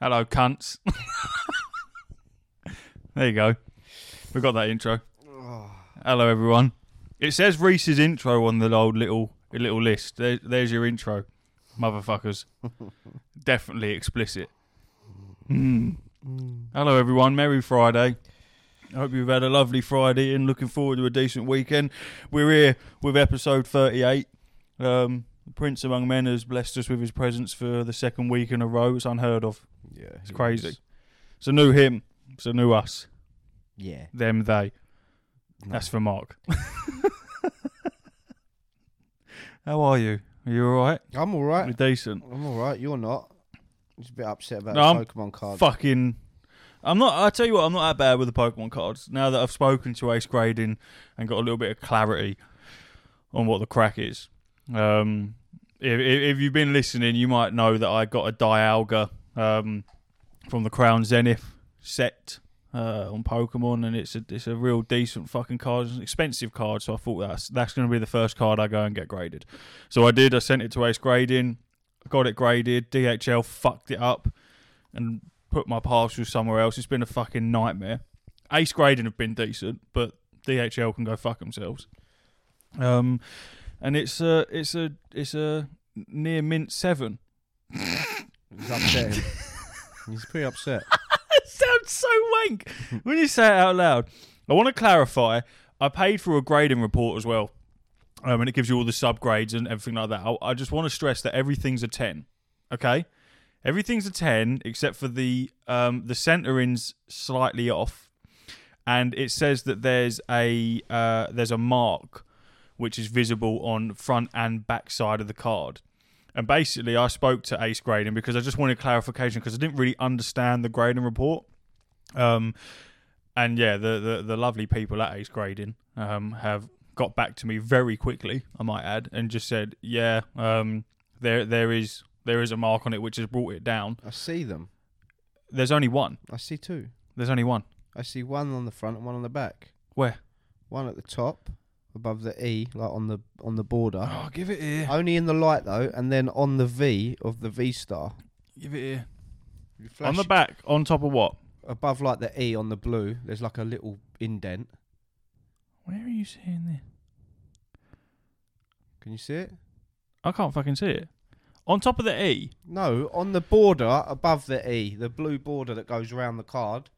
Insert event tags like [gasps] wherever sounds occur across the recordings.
Hello, cunts. there you go. We got that intro. Hello, everyone. It says Reese's intro on the old little little list. There, there's your intro, motherfuckers. Definitely explicit. Mm. Hello, everyone. Merry Friday. I hope you've had a lovely Friday and looking forward to a decent weekend. We're here with episode 38. Um, Prince Among Men has blessed us with his presence for the second week in a row. It's unheard of. Yeah, It's crazy. It's a new him. It's a new us. Yeah, Them, they. No. That's for Mark. How are you? Are you alright? I'm all right. Decent. I'm all right. You're not. Just a bit upset about No, I'm the Pokemon card. Fucking. I'm not. I tell you what, I'm not that bad with the Pokemon cards. Now that I've spoken to Ace Grading and got a little bit of clarity on what the crack is. Um, if, if, if you've been listening, you might know that I got a Dialga um, from the Crown Zenith set uh, on Pokemon, and it's a it's a real decent fucking card. It's an expensive card, so I thought that's that's going to be the first card I go and get graded. So I did. I sent it to Ace Grading, got it graded. DHL fucked it up and put my parcel somewhere else. It's been a fucking nightmare. Ace Grading have been decent, but DHL can go fuck themselves. Um, and it's a it's a it's a near mint seven. [laughs] He's upset. him. He's pretty upset. sounds so wank when you say it out loud. I want to clarify. I paid for a grading report as well, um, and it gives you all the subgrades and everything like that. I, I just want to stress that everything's a ten. Okay, everything's a ten except for the um, the centering's slightly off, and it says that there's a uh, there's a mark which is visible on front and back side of the card. And basically, I spoke to Ace Grading because I just wanted clarification because I didn't really understand the grading report. Um, and yeah, the, the, the lovely people at Ace Grading um, have got back to me very quickly, I might add, and just said, yeah, um, there there is there is a mark on it which has brought it down. I see them. There's only one. I see two. There's only one. I see one on the front and one on the back. Where? One at the top, above the E, like on the on the border. Oh, give it here. Only in the light though, and then on the V of the V star. Give it here. You flash On the back, on top of what? above like the E on the blue. There's like a little indent. Where are you seeing this? Can you see it? I can't fucking see it. On top of the E. No, on the border above the E, the blue border that goes around the card.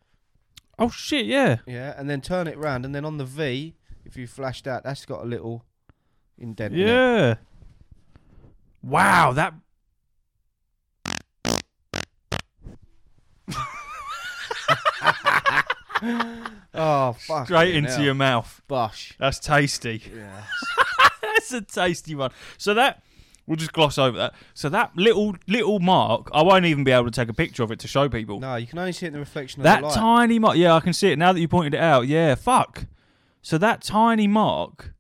Oh shit, yeah. Yeah, and then turn it round, and then on the V, if you flashed out, that's got a little indent. in it. Yeah. Wow, that. [laughs] Oh [laughs] fuck. Straight into your mouth. bush. That's tasty. Yeah. [laughs] That's a tasty one. So that we'll just gloss over that. So that little little mark, I won't even be able to take a picture of it to show people. no, you can only see it in the reflection of that the light. tiny mark. Yeah, I can see it now that you pointed it out. Yeah, fuck. So that tiny mark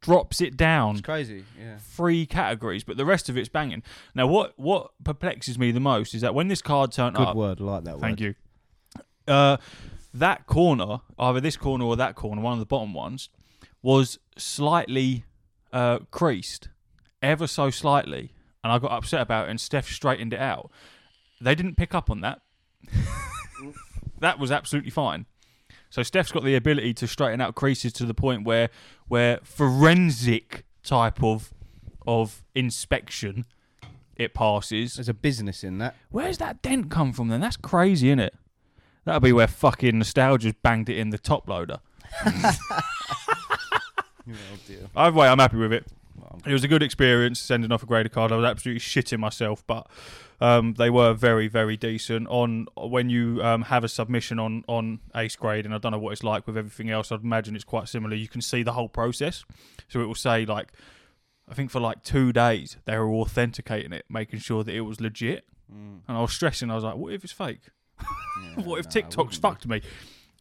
drops it down. It's crazy. Yeah. three categories, but the rest of it's banging. Now, what what perplexes me the most is that when this card turned Good up, word. I like that thank word. you. Uh, that corner, either this corner or that corner, one of the bottom ones, was slightly uh, creased, ever so slightly, and I got upset about it. And Steph straightened it out. They didn't pick up on that. [laughs] that was absolutely fine. So Steph's got the ability to straighten out creases to the point where where forensic type of of inspection it passes. There's a business [laughs] in that. Where's that dent come from then? That's crazy, innit? That'll be where fucking nostalgia's banged it in the top loader. Oh dear. Either way, I'm happy with it. Well, I'm- It was a good experience sending off a grader card. I was absolutely shitting myself, but um, they were very, very decent. On when you um, have a submission on on ace grade, and I don't know what it's like with everything else. I'd imagine it's quite similar. You can see the whole process, so it will say like, I think for like two days they were authenticating it, making sure that it was legit. Mm, And I was stressing. I was like, what if it's fake? [laughs] yeah, what if nah, I TikTok's wouldn't. fucked me?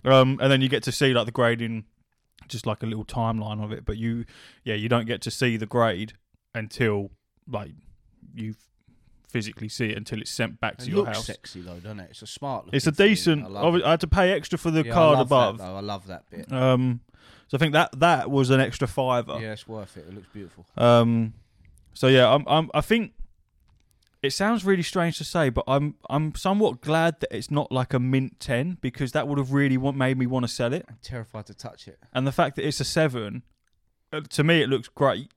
Um, and then you get to see like the grading, just like a little timeline of it. But you, yeah, you don't get to see the grade until like you physically see it until it's sent back to It your looks house. sexy though, doesn't it? It's a smart. It's a looking thing. decent. I I, love it. I had to pay extra for the Yeah, I card love that, above. though. I love that bit. Um, so I think that that was an extra fiver. Yeah, it's worth it. It looks beautiful. Um, so yeah, I'm, I'm, I think It sounds really strange to say, but I'm I'm somewhat glad that it's not like a mint ten because that would have really wa- made me want to sell it. I'm terrified to touch it. And the fact that it's a seven, uh, to me, it looks great.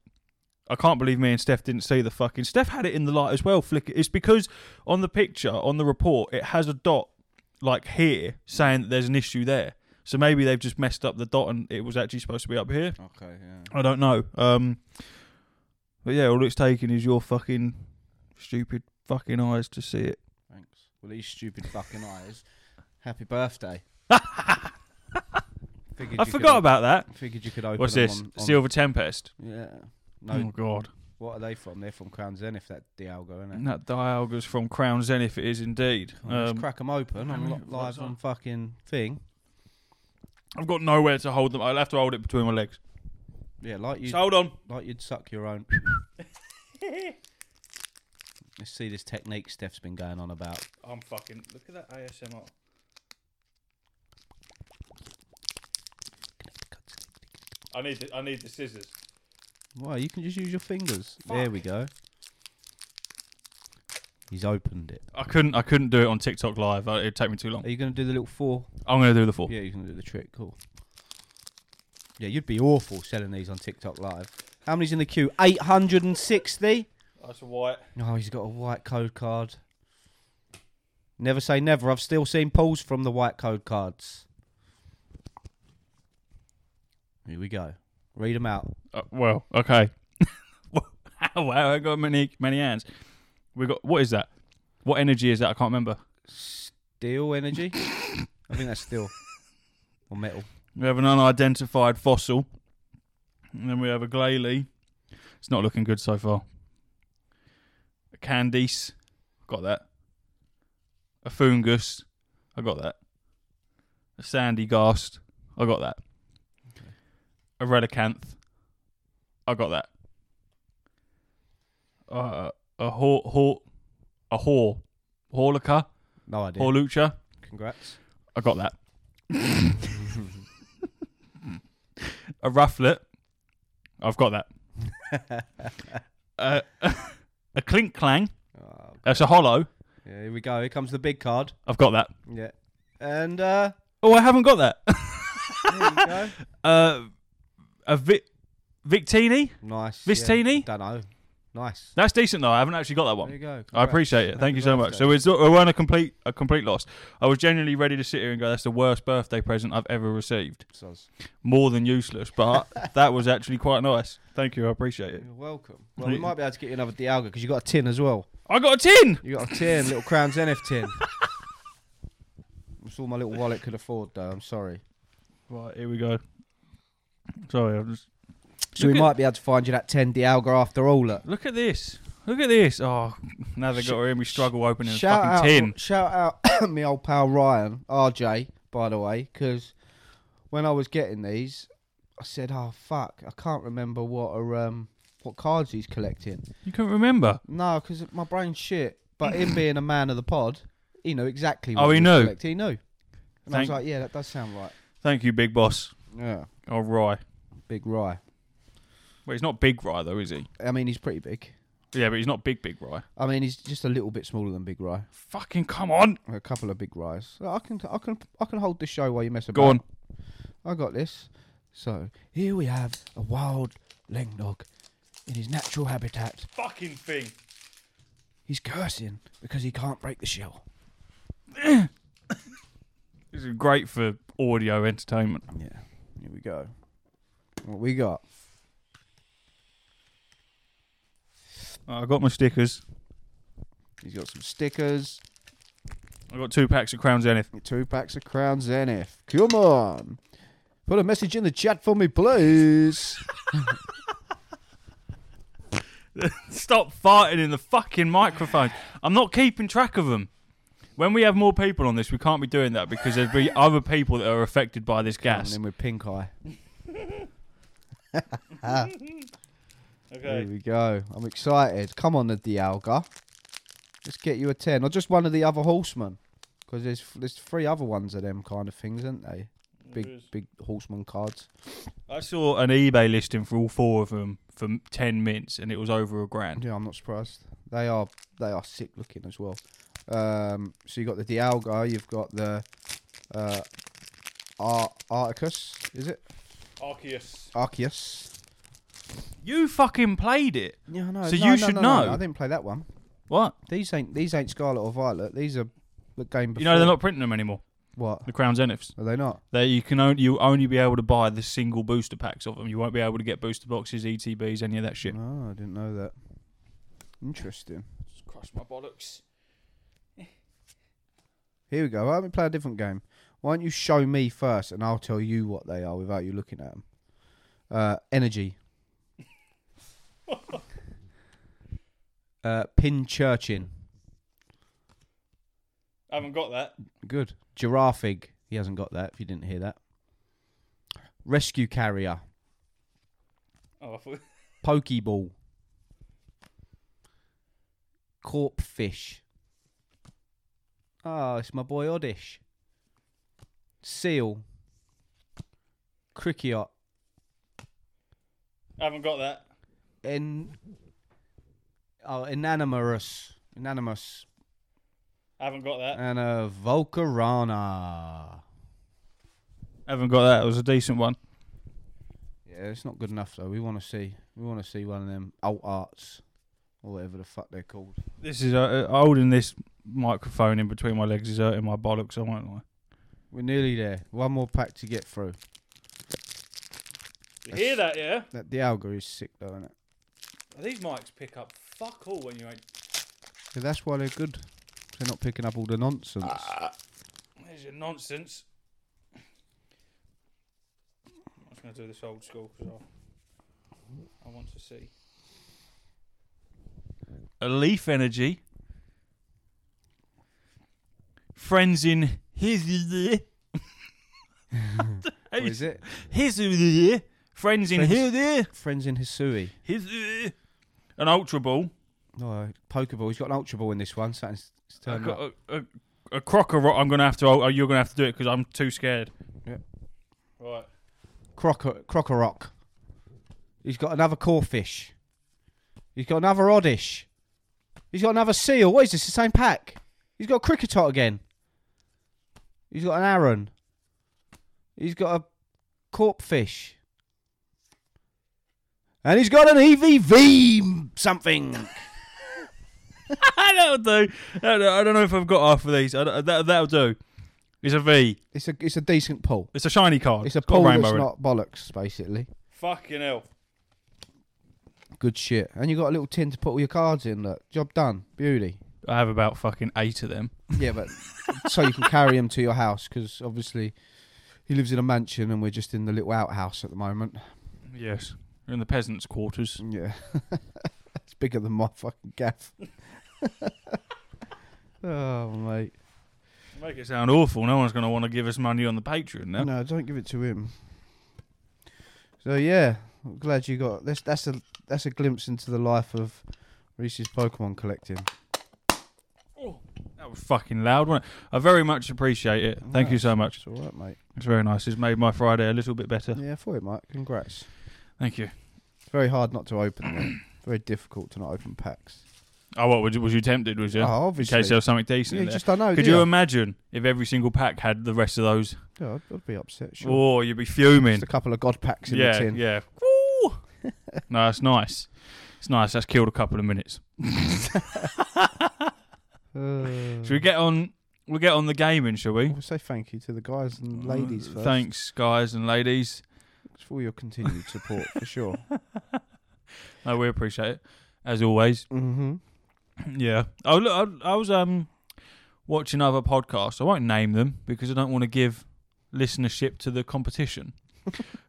I can't believe me and Steph didn't see the fucking. Steph had it in the light as well. Flick. It's because on the picture on the report it has a dot like here saying that there's an issue there. So maybe they've just messed up the dot and it was actually supposed to be up here. Okay, yeah. I don't know. Um, but yeah, all it's taken is your fucking stupid fucking eyes to see it. Thanks. Well, these stupid fucking eyes. Happy [laughs] birthday. Figured I you forgot could, about that. Figured you could open What's them this? on- on- Silver Tempest. yeah. No, Oh god, what are they from? They're from Crown Zenith, that Dialgo, isn't it? And that Dialga's from Crown Zenith. It is indeed. Let's Um, crack them open. how I'm many li- have I live got? on fucking thing. I've got nowhere to hold them. I'll have to hold it between my legs. Yeah, like you, Just hold on. like you'd suck your own. Let's see this technique Steph's been going on about. [laughs] I'm fucking. Look at that ASMR. I need the, I need the scissors. Why? You can just use your fingers. There we go. He's opened it. I couldn't I couldn't do it on TikTok live. Uh, It'd take me too long. Are you going to do the little four? I'm gonna do the four. Yeah, you can do the trick. Cool. Yeah, you'd be awful selling these on TikTok Live. How many's in the queue? 860? That's a white. No, he's got a white code card. Never say never. I've still seen pulls from the white code cards. Here we go. Read them out. Uh, well, okay. [laughs] wow, I got many many hands. We got what is that? What energy is that? I can't remember. Steel energy? [coughs] I think that's steel. Or metal. We have an unidentified fossil, and then we have a glalie. It's not looking good so far. A candice, got that. A fungus, I got that. A sandy ghast, I got that. A relicanth, I got that. Uh, a haw, haw, a haw, horlica, No idea. horlucha, Congrats. I got that. [laughs] a rufflet. I've got that. [laughs] uh, [laughs] a clink clang. Oh, That's a hollow. yeah, here we go. Here comes the big card. I've got that. Yeah. And uh Oh, I haven't got that. there you go. Uh, a vi- Victini. Nice. Vistini? Don't know. Nice. That's decent though. I haven't actually got that There one. you go. I appreciate it. Thank you so much. So it's, we weren't a complete a complete loss. I was genuinely ready to sit here and go, "That's the worst birthday present I've ever received." More than useless, but [laughs] that was actually quite nice. Thank you. I appreciate it. You're [laughs] welcome. Well, we might be able to get you another Dialga because you got a tin as well. I got a tin. You got a tin, little Crown Zenith tin. That's all my little wallet could afford, though. I'm sorry. Right, here we go. Sorry, I'm just So Look we at- might be able to find you that 10 Dialga after all. Look. Look at this. Look at this. Oh, now they got her in. We struggle opening a Shout fucking out, tin. [laughs] shout out, [coughs] me old pal Ryan RJ, by the way, because when I was getting these, I said, "Oh fuck, I can't remember what are, um what cards he's collecting." You can remember. No, because my brain's shit. But [clears throat] him being a man of the pod, he knew exactly. Oh, What he was knew. collecting, He knew. And I was Thank- like, "Yeah, that does sound right." Thank you, Big Boss. Yeah, Oh, Rye. big Rye. Well, he's not Big Rye, though, is he? I mean, he's pretty big. Yeah, but he's not Big, Big Rye. I mean, he's just a little bit smaller than Big Rye. Fucking come on. A couple of Big Ryes. I can, I can, I can hold this show while you mess about. Go on. I got this. So here we have a wild Lengdog in his natural habitat. Fucking thing. He's cursing because he can't break the shell. This is great for audio entertainment. Yeah. Here we go. What we got? I got my stickers. He's got some stickers, I got two packs of Crown Zenith. two packs of Crown Zenith. Come on. Put a message in the chat for me, please. Stop farting in the fucking microphone. I'm not keeping track of them. When we have more people on this, we can't be doing that because there'd be other people that are affected by this And gas. then with pink eye. Here we go. I'm excited. Come on, the Dialga. Let's get you a 10. Or just one of the other horsemen. Because there's, there's three other ones of them kind of things, aren't they? It is. big big horseman cards. I saw an eBay listing for all four of them for m- ten mints, and it was over a grand. Yeah, I'm not surprised. They are they are sick looking as well. Um, so you got the Dialga, you've got the uh, Ar- Articus, is it Arceus, Arceus? you fucking played it. Yeah, no. So you should know. I didn't play that one. What? These ain't these ain't Scarlet or Violet. These are the game before. You know they're not printing them anymore. What The Crown Zeniths. are they not? They you can only you only be able to buy the single booster packs of them. You won't be able to get booster boxes, ETBs, any of that shit. No, I didn't know that. Interesting. Just crush my bollocks. Here we go. Why don't we play a different game? Why don't you show me first, and I'll tell you what they are without you looking at them? Uh, energy. uh, pin churchin. I haven't got that. Good. Giraffig. He hasn't got that. If you didn't hear that. Rescue carrier. Oh, I thought. [laughs] Pokeball. Corp fish. Ah, it's my boy Oddish. Seal. Cricket. I haven't got that. In. Oh, Inanimorous. Inanimous. I haven't got that. And a Volcarana. I haven't got that. It was a decent one. Yeah, it's not good enough though. We want to see. We want to see one of them alt arts, or whatever the fuck they're called. This is uh, uh, holding this microphone in between my legs is hurting my bollocks. I won't lie. We're nearly there. One more pack to get through. You hear that? Yeah. That Dialga is sick though, isn't it? These mics pick up fuck all when you ain't. So that's why they're good. They're not picking up all the nonsense. Ah, There's your nonsense. I'm just gonna do this old school because I, I want to see. A leaf energy. Friends in his What is it? his his- friends in Friends- his Friends in Hisui. his an ultra ball, No, oh, Pokeball. He's got an Ultra Ball in this one. Something's it's a, turned up. a, a, a crocker. I'm gonna have to. Oh, you're gonna have to do it because I'm too scared. Yeah. Right. Croco- Crocorock. He's got another Corfish. He's got another Oddish. He's got another Seal. What is this? The same pack. He's got a Cricketot again. He's got an Aaron. He's got a Corpfish. And he's got an EVV something. [laughs] that'll do. That'll do. I don't know if I've got half of these. I don't- that, that'll do. It's a V. It's a it's a decent pull. Oh, It's a shiny card. It's a got pull that's in it. not bollocks, basically. Fucking hell. Good shit. And you got a little tin to put all your cards in. Look, job done. Beauty. I have about fucking eight of them. Yeah, [laughs] but so you can carry him to your house because obviously he lives in a mansion and we're just in the little outhouse at the moment. Yes. We're in the peasants' quarters. Yeah, [laughs] it's bigger than my fucking gaff. [laughs] oh mate, Make it sound awful. No one's going to want to give us money on the Patreon now. no, don't give it to him. So yeah, I'm glad you got that's that's a that's a glimpse into the life of Reese's Pokemon collecting. Oh, that was fucking loud, wasn't it? I very much appreciate it. Thank you Nice. so much. It's all right, mate. It's very nice. It's made my Friday a little bit better. Yeah, for it, mate. Congrats. Thank you. It's very hard not to open [coughs] them. Very difficult to not open packs. Oh, what? Was you, was you tempted, was you? Oh, In obviously. case there was something decent Yeah, in you there. just don't know. Could do you, um, ya? imagine if every single pack had the rest of those? Yeah, I'd, I'd be upset. Sure. Oh, you'd be fuming. Just a couple of god packs in yeah, the tin. Yeah. Woo! [laughs] no, that's nice. It's nice. That's killed a couple of [laughs] minutes. Uh, Should we get on? We'll get on the gaming, shall we? we'll say thank you to the guys and ladies Uh, first. Thanks, guys and ladies. Thanks for all your continued support, for sure. [laughs] No, we appreciate it as always. [laughs] Mm-hmm. yeah. Oh look, I, I was um watching other podcasts. I won't name them because I don't want to give listenership to the competition.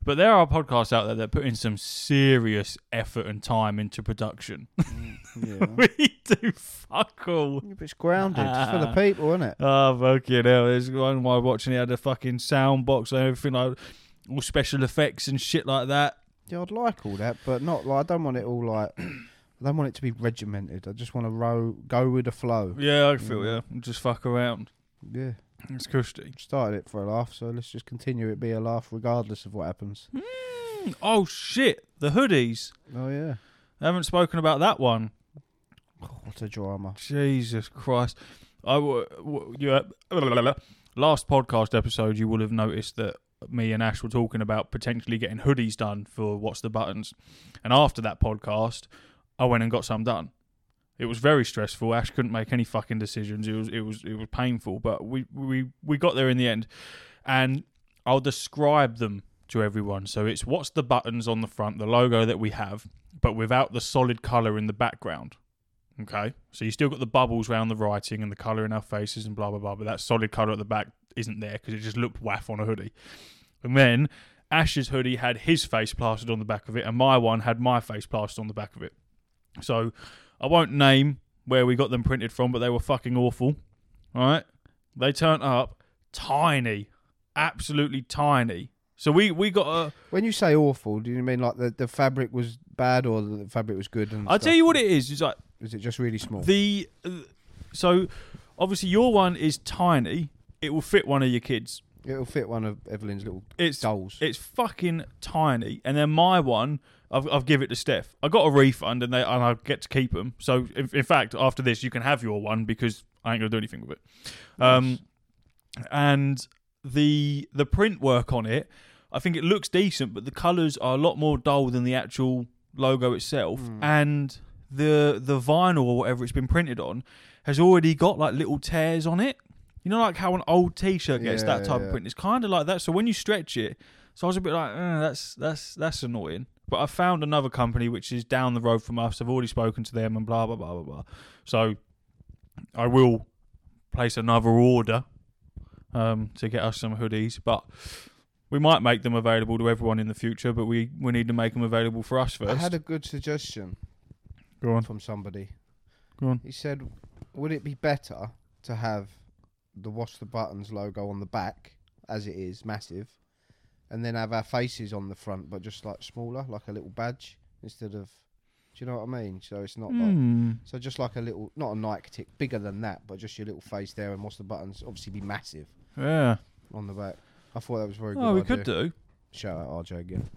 but there are podcasts out there that put in some serious effort and time into production. Yeah. we do fuck all. Yeah, but it's grounded. It's for [laughs] the people, isn't it? Oh fucking hell! There's one while watching it had a fucking sound box and everything like all special effects and shit like that. Yeah, I'd like all that, but not like I don't want it all like [coughs] I don't want it to be regimented. I just want to row go with the flow. Yeah, I feel yeah. Just fuck around. Yeah. It's cushy. Started it for a laugh, so let's just continue it be a laugh regardless of what [laughs] happens. Mm. Oh shit! The hoodies. Oh yeah. I haven't spoken about that one. What a drama. Jesus Christ! I w- w- you, uh, last podcast episode, you will have noticed that me and Ash were talking about potentially getting hoodies done for What's the Buttons, and after that podcast, I went and got some done. It was very stressful. Ash couldn't make any fucking decisions. It was it was it was painful, but we we we got there in the end, and I'll describe them to everyone. So it's what's the buttons on the front, the logo that we have, but without the solid color in the background. Okay, so you still got the bubbles around the writing and the color in our faces and blah blah blah, but that solid color at the back isn't there because it just looked waff on a hoodie. And then Ash's hoodie had his face plastered on the back of it, and my one had my face plastered on the back of it. So I won't name where we got them printed from, but they were fucking awful. All right, they turned up tiny, absolutely tiny. So we we got a. When you say awful, do you mean like the, the fabric was bad or the fabric was good? And I'll tell you what it is. It's like Is it just really small? the so obviously your one is tiny. It will fit one of your kids. It'll fit one of Evelyn's little It's dolls. It's fucking tiny. And then my one, I've, I've give it to Steph. I got a refund and they and I get to keep them. So in, in fact, after this, you can have your one because I ain't gonna do anything with it. Um, and the the print work on it, I think it looks decent, but the colours are a lot more dull than the actual logo itself. And the the vinyl or whatever it's been printed on has already got like little tears on it. You know, like how an old T-shirt gets Yeah, that type yeah. of print. It's kind of like that. So when you stretch it, so I was a bit like, eh, that's that's that's annoying. But I found another company which is down the road from us. I've already spoken to them and blah blah blah blah blah. So I will place another order um, to get us some hoodies, but we might make them available to everyone in the future. But we we need to make them available for us first. I had a good suggestion Go on, from somebody. go on. He said, "Would it be better to have the What's the Buttons logo on the back, as it is massive, and then have our faces on the front, but just like smaller, like a little badge instead of? Do you know what I mean? So it's not like Hmm. so just like a little, not a Nike tick, bigger than that, but just your little face there, and What's the Buttons obviously be massive Yeah. on the back. I thought that was a very good. Oh, we idea. could do. Shout out RJ again.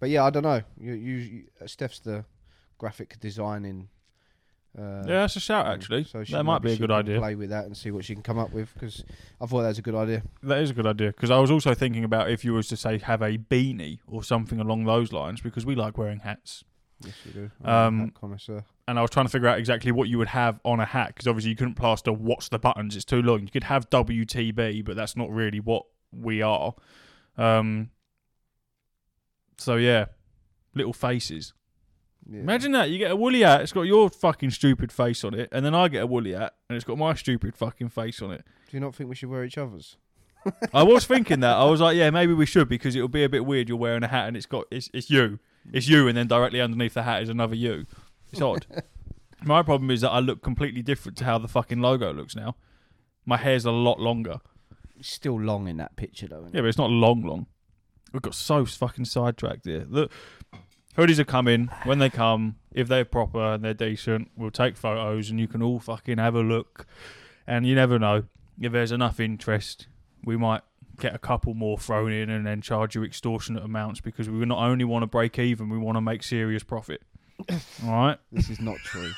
But yeah, I don't know. You, you, you uh, Steph's the graphic designing. Uh, Yeah, that's a shout thing, actually. so she- that might be maybe a she good can idea. Play with that and see what she can come up with because I thought that was a good idea. That is a good idea because I was also thinking about if you was to say have a beanie or something along those lines because we like wearing hats. Yes, we do. Um, Hat connoisseur. And I was trying to figure out exactly what you would have on a hat because obviously you couldn't plaster what's the buttons. It's too long. You could have WTB, but that's not really what we are. Um. So yeah, little faces. Yeah. Imagine that you get a woolly hat. It's got your fucking stupid face on it, and then I get a woolly hat, and it's got my stupid fucking face on it. Do you not think we should wear each other's? I was thinking that. I was like, yeah, maybe we should because it'll be a bit weird. You're wearing a hat and it's got it's it's you, it's you, and then directly underneath the hat is another you. It's odd. My problem is that I look completely different to how the fucking logo looks now. My hair's a lot longer. It's still long in that picture though. Isn't Yeah, but it's not long, long. We got so fucking sidetracked here. The hoodies are coming when they come. If they're proper and they're decent, we'll take photos and you can all fucking have a look. And you never know if there's enough interest, we might get a couple more thrown in and then charge you extortionate amounts because we not only want to break even, we want to make serious profit. all right, it? This is not [laughs] true.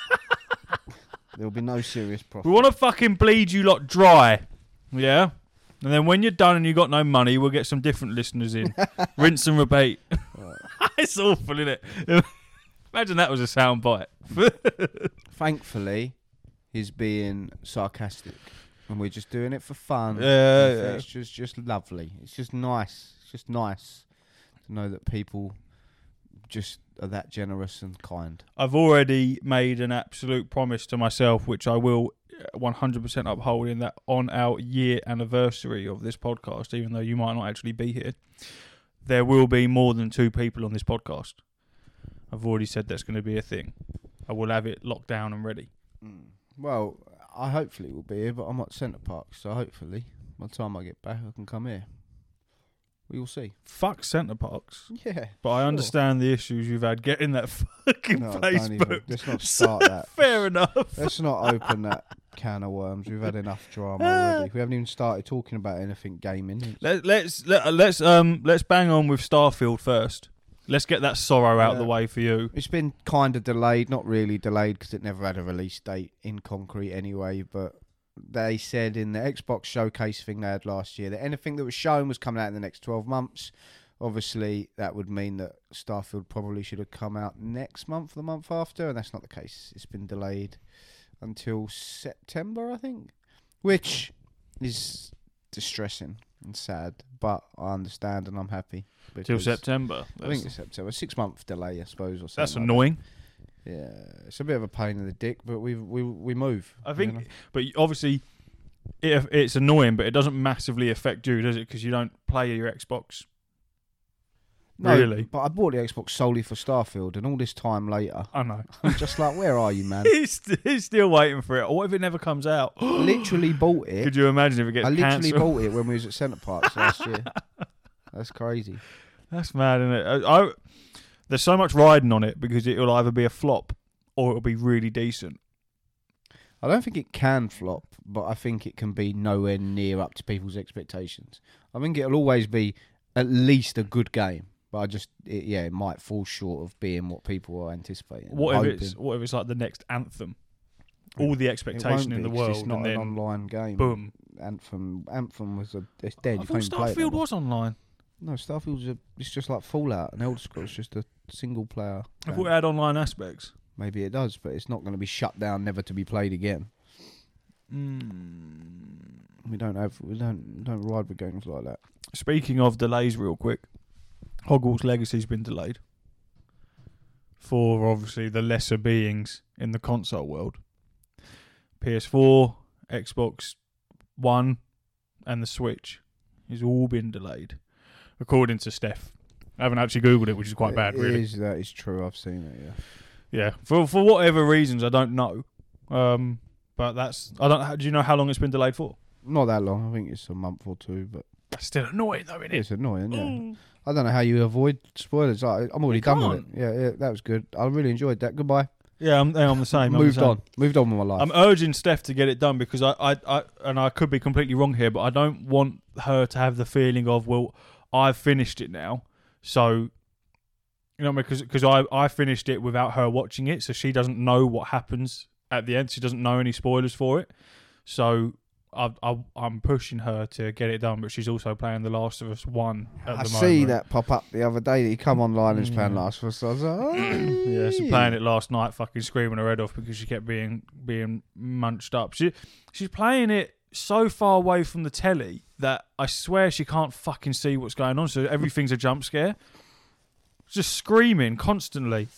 there will be no serious we profit. want to fucking bleed you lot dry, yeah. And then when you're done and you got no money, we'll get some different listeners [laughs] in. Rinse and repeat. [laughs] Right. it's awful, isn't it? Imagine that was a sound bite. Thankfully, he's being sarcastic, and we're just doing it for fun. Yeah, It's- yeah. It's just just lovely. It's just nice. It's just nice to know that people just are that generous and kind. I've already made an absolute promise to myself, which I will uh, 100% uphold in that on our year anniversary of this podcast, even though you might not actually be here, there will be more than two people on this podcast. I've already said that's going to be a thing. I will have it locked down and ready. Well, I hopefully will be here, but I'm at Centre Park, so hopefully by the time I get back, I can come here. We will see. Fuck centre parks. Yeah. But I Sure. understand the issues you've had getting that [laughs] fucking No, place don't even. booked. Let's [laughs] not So, start that. Fair enough. Let's not open that can of worms. We've had enough drama already. We haven't even started talking about anything gaming. Let, let's let, us let us um let's bang on with Starfield first. Let's get that sorrow out of the Yeah. way for you. It's been kind of delayed, not really delayed because it never had a release date in concrete anyway. But they said in the Xbox showcase thing they had last year that anything that was shown was coming out in the next 12 months. Obviously, that would mean that Starfield probably should have come out next month, the month after, and that's not the case. It's been delayed until September, I think, which is distressing and sad, but I understand and I'm happy. Till because- September. I think That's, it's September. Six month delay, I suppose, or something. that's like annoying. that. Yeah, it's a bit of a pain in the dick, but we we we move. I you think, know? but obviously, it, it's annoying, but it doesn't massively affect you, does it? Because you don't play your Xbox. really? But I bought the Xbox solely for Starfield, and all this time later, I know. I'm [laughs] just like, where are you, man? he's, he's still waiting for it. Or what if it never comes out? literally bought [gasps] it. Could you imagine if it I gets literally cancelled? bought it when we was at Centre Parks last [laughs] year. That's crazy. That's mad, isn't it? I, I, there's so much riding on it because it'll either be a flop or it'll be really decent. I don't think it can flop, but I think it can be nowhere near up to people's expectations. I think it'll always be at least a good game, but I just it, yeah, it might fall short of being what people are anticipating. What I'm if it's hoping. what if it's like the next anthem? All the It won't expectation in be, the 'cause world, It's not and an then online game. boom. Anthem, Anthem was a it's dead. I you thought can't even play it. Starfield no more. was online. No, Starfield's a, it's just like Fallout and Elder Scrolls, just a single player. I thought game. it had online aspects. Maybe it does, but it's not going to be shut down, never to be played again. Hmm. We don't have we don't don't ride with games like that. Speaking of delays, real quick, Hogwarts Legacy's been delayed for obviously the lesser beings in the console world. PS4, Xbox One, and the Switch has all been delayed, according to Steph. I haven't actually googled it, which is quite bad, It really. is- that is true. I've seen it. Yeah. Yeah, for for whatever reasons, I don't know. Um, but that's I don't. Do you know how long it's been delayed for? Not that long. I think it's a month or two, but That's still annoying, though, isn't it? it's annoying. Mm. Yeah. I don't know how you avoid spoilers. I, I'm already You done with it. Yeah, yeah, that was good. I really enjoyed that. Goodbye. Yeah, I'm, I'm the same. I'm the Moved same. on. Moved on with my life. I'm urging Steph to get it done because I, I, I, and I could be completely wrong here, but I don't want her to have the feeling of, well, I've finished it now. So, you know, because because I, I finished it without her watching it. So she doesn't know what happens at the end. She doesn't know any spoilers for it. So I, I, I'm pushing her to get it done, but she's also playing The Last of Us 1 at I the see moment. that pop up the other day that he come online and he's playing Yeah. Last of Us. I was like, "Oi." [clears throat] Yeah, she playing it last night, fucking screaming her head off because she kept being being munched up. She she's playing it so far away from the telly that I swear she can't fucking see what's going on. So everything's a jump scare. Just screaming constantly,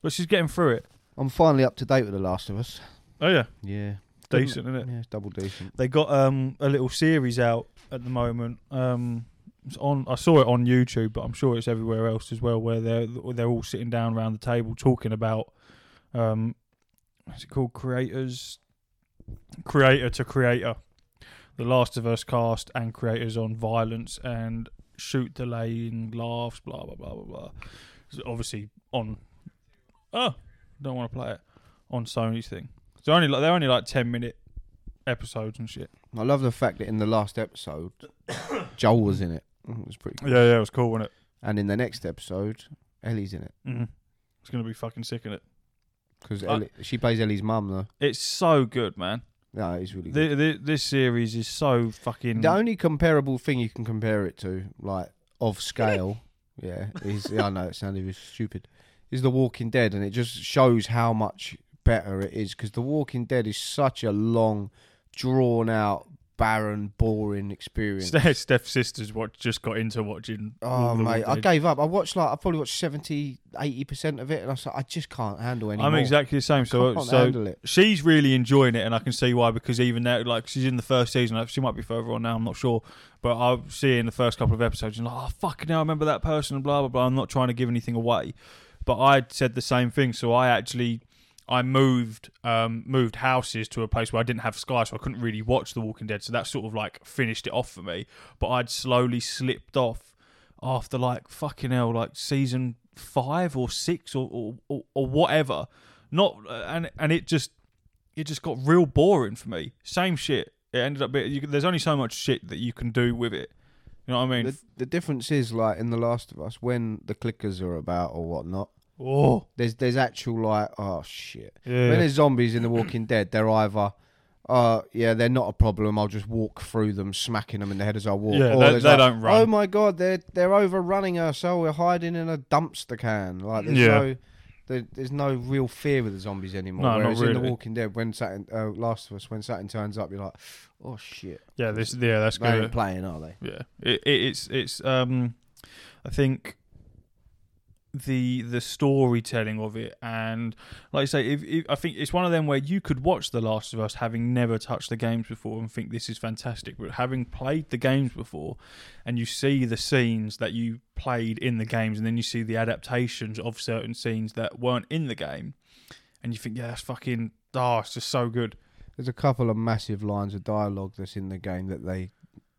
but she's getting through it. I'm finally up to date with The Last of Us. Oh yeah, Yeah. decent, isn't it? Yeah, it's double decent. They got um a little series out at the moment. Um, it's on. I saw it on YouTube, but I'm sure it's everywhere else as well, where they're they're all sitting down around the table talking about um, what's it called? Creators, creator to creator, The Last of Us cast and creators on violence and shoot delaying laughs, blah blah blah blah blah. It's obviously on. Oh, don't want to play it on Sony's thing. They're only like they're only like ten minute episodes and shit. I love the fact that in the last episode, [coughs] Joel was in it. It was pretty cool. Yeah, yeah, it was cool, wasn't And in the next episode, Ellie's in it. it? Mm. It's gonna be fucking sick in it. Because I- she plays Ellie's mum, though. It's so good, man. No, it's really good. The, the, this series is so fucking. [laughs] The only comparable thing you can compare it to, like of scale, yeah, is [laughs] yeah, I know it sounded really stupid, is The Walking Dead, and it just shows how much better it is because The Walking Dead is such a long, drawn out, barren, boring experience. Steph, Steph's sisters what just got into watching. Oh all the mate, Walking I Dead. gave up. I watched like I probably watched 70 80 percent of it, and I was like, I just can't handle anymore. I'm exactly the same. So, can't so handle it. she's really enjoying it, and I can see why. Because even now, like she's in the first season, like, she might be further on now. I'm not sure, but I see in the first couple of episodes, and like, oh fucking hell, I remember that person, and blah blah blah. I'm not trying to give anything away, but I said the same thing. So I actually, I moved, um, moved houses to a place where I didn't have Sky, so I couldn't really watch The Walking Dead. So that sort of like finished it off for me. But I'd slowly slipped off after like fucking hell, like season five or six or or, or, or whatever. Not and and it just it just got real boring for me. Same shit. It ended up. Being, you, can- there's only so much shit that you can do with it. You know what I mean? The, the difference is like in The Last of Us when the clickers are about or whatnot. oh, There's there's actual like oh shit. Yeah. When there's zombies in The Walking Dead, they're either uh yeah they're not a problem. I'll just walk through them, smacking them in the head as I walk. Yeah, they- there's they don't run. Oh my god, they're they're overrunning us. Oh, we're hiding in a dumpster can. Like there's Yeah. no. There, there's no real fear with the zombies anymore. No, not Whereas in really. The Walking Dead, when Saturn, uh, Last of Us, when Saturn turns up, you're like, oh shit, yeah. This, yeah, that's they ain't good. playing, are they? Yeah, it, it, it's it's um, I think the the storytelling of it and like I say, if, if, I think it's one of them where you could watch The Last of Us having never touched the games before and think this is fantastic, but having played the games before and you see the scenes that you played in the games and then you see the adaptations of certain scenes that weren't in the game, and you think, yeah, that's fucking. Oh, it's just so good. There's a couple of massive lines of dialogue that's in the game that they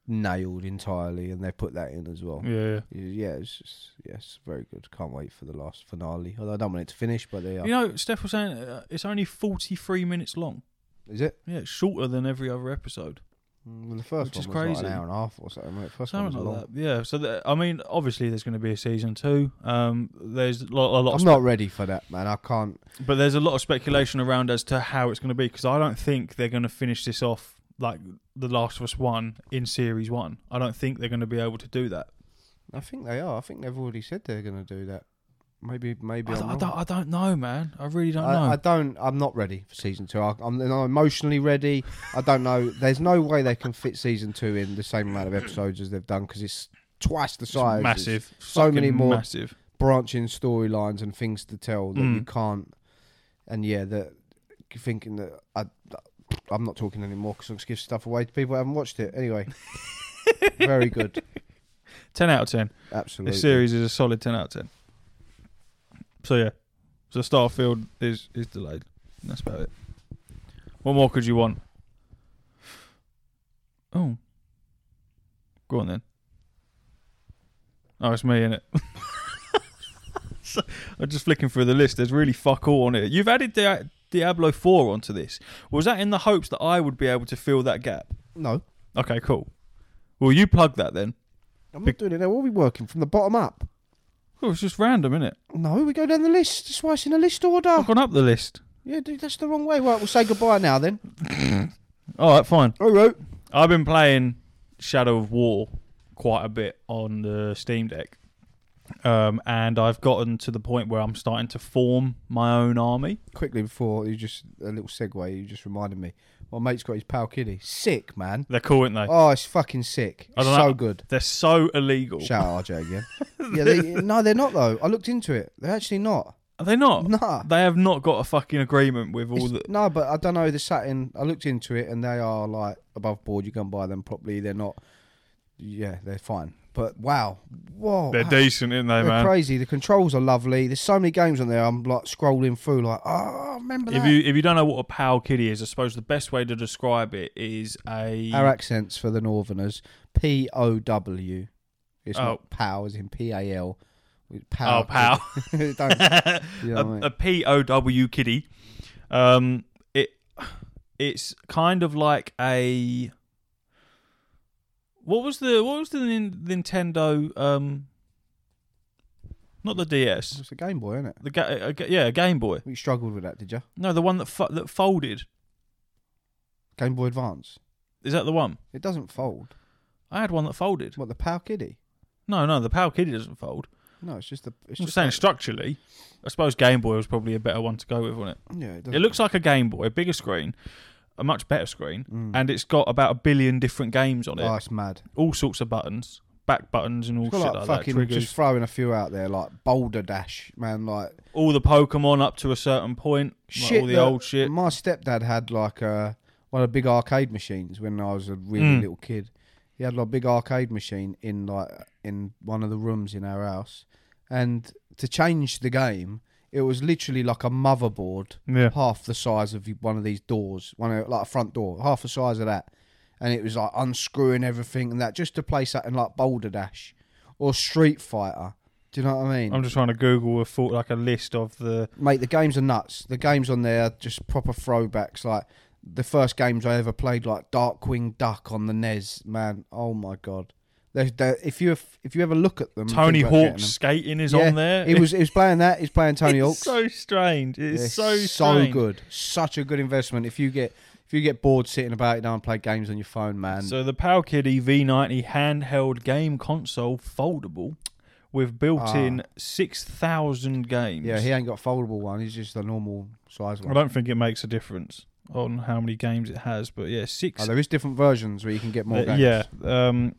nailed entirely, and they put that in as well. Yeah. Yeah, it's just, yeah, it's very good. Can't wait for the last finale. Although I don't want it to finish, but they are. You know, Steph was saying uh, it's only 43 minutes long. is it? Yeah, it's shorter than every other episode. Mm, Well, the first Which is one was like crazy. an hour and a half or something. Right? First one Something was like long. that. Yeah. So that, I mean, obviously there's going to be a season two. Um, there's lo- a lot, of I'm not ready for that, man. I can't. spe- but there's a lot of speculation around as to how it's going to be because I don't think they're going to finish this off like The Last of Us one in series one. I don't think they're going to be able to do that. I think they are. I think they've already said they're going to do that. Maybe, maybe I, I'm don't- I wrong. don't. I don't know, man. I really don't know. I, I don't. I'm not ready for season two. I, I'm not emotionally ready. I don't know. There's no way they can fit season two in the same amount of episodes as they've done because it's twice the It's size. It's massive. so many fucking more- Massive. branching storylines and things to tell that you Mm. can't. And yeah, that thinking that I, I'm not talking anymore because I'm just giving stuff away to people who haven't watched it [laughs] anyway. Very good. Ten out of ten. Absolutely. This series is a solid ten out of ten. So yeah, so Starfield is is delayed. And that's about it. What more could you want? Oh, go on then. Oh, it's me [laughs] in it. I'm just flicking through the list. There's really fuck all on it. You've added Di- Diablo Four onto this. Was that in the hopes that I would be able to fill that gap? No, Okay, cool. Well, you plug that then. I'm Be- not doing it now. We'll be working from the bottom up. Oh, it's just random, isn't it? No, we go down the list. That's why it's in a list order. I've gone up the list. Yeah, dude, that's the wrong way. Right, we'll say goodbye now then. All right, fine. All right. I've been playing Shadow of War quite a bit on the Steam Deck, um, and I've gotten to the point where I'm starting to form my own army. Quickly before you just a little segue, you just reminded me. My mate's got his pal kitty. Sick, man. They're cool, aren't they? Oh, it's fucking sick. I So don't know. good. They're so illegal. Shout out RJ again. [laughs] yeah, they, no, they're not though. I looked into it. They're actually not. Are they not? Nah. They have not got a fucking agreement with all It's- Oh. the. No, but I don't know. The satin. I looked into it, and they are like above board. You can buy them properly. They're not. Yeah, they're fine. But wow, whoa, They're wow. decent, aren't they, They're man? crazy. The controls are lovely. There's so many games on there. I'm like scrolling through, like, oh, I remember If that. you if you don't know what a pal kitty is, I suppose the best way to describe it is a Our accents for the Northerners, P O W. It's Oh. not POW, as in P A L. oh pal. [laughs] [laughs] Don't- a, you know what I mean? a POW kitty. Um, it it's kind of like a what was the what was the Nin- Nintendo um not the DS It's a Game Boy, isn't it? the ga- a, ga- yeah a Game Boy We struggled with that, did you? no the one that fo- that folded Game Boy Advance. is that the one It doesn't fold. I had one that folded What the POW Kitty? no no the Power Kitty doesn't fold No, it's just the. It's I'm just just saying like- structurally I suppose Game Boy was probably a better one to go with wasn't it yeah, it, doesn't It looks like a Game Boy, a bigger screen, a much better screen, Mm. and it's got about a billion different games on it. Oh, it's mad. All sorts of buttons, back buttons, and all It's shit got like, like that. fucking Triggers, just throwing a few out there, like Boulder Dash, man. Like all the Pokemon up to a certain point, like shit. all the that- old shit. My stepdad had like a one of the big arcade machines when I was a really Mm. little kid. He had like a big arcade machine in like in one of the rooms in our house, and to change the game, it was literally like a motherboard Yeah, half the size of one of these doors, one of, like a front door, half the size of that, and it was like unscrewing everything and that just to play something like Boulder Dash or Street Fighter. Do Do you know what I mean? I'm just trying to Google a thought like a list of the. Mate, the games are nuts. The games on there are just proper throwbacks. Like the first games I ever played, like Darkwing Duck on the NES. Man, oh my god. They're, they're, if you if you ever look at them, and Tony think about Hawk's skating is getting on them- there. [laughs] He was he was playing that. He's playing Tony it's Hawk's. so strange. It's They're so so strange. good. Such a good investment. If you get if you get bored sitting about, you know, and play games on your phone, man. So the Power Kid EV90 handheld game console, foldable, with built-in six thousand games. Ah. yeah, he ain't got a foldable one. He's just a normal size I one. don't think it makes a difference on how many games it has, but yeah, six. Oh, there is different versions where you can get more Uh, games. yeah, um,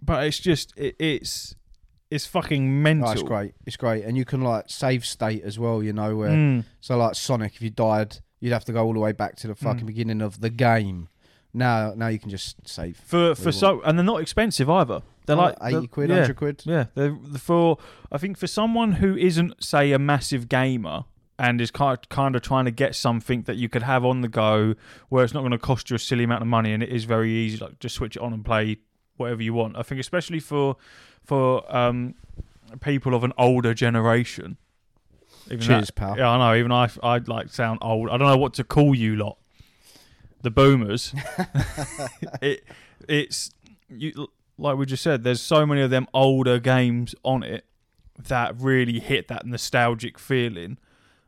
but it's just it, it's it's fucking mental. Oh, it's great. It's great, and you can like save state as well. You know where. Mm. So like Sonic, if you died, you'd have to go all the way back to the Hmm. fucking beginning of the game. Now, now you can just save. for Really Oh, for so and they're not expensive either. They're like eighty they're- quid, yeah, hundred quid. Yeah, they're for I think for someone who isn't say a massive gamer and is kind kind of trying to get something that you could have on the go where it's not going to cost you a silly amount of money and it is very easy like just switch it on and play whatever you want. I think especially for for um people of an older generation. Even Cheers, that- pal. Yeah, I know. Even I I like sound old. I don't know what to call you lot. The [laughs] boomers. [laughs] it it's you like we just said, there's so many of them older games on it that really hit that nostalgic feeling.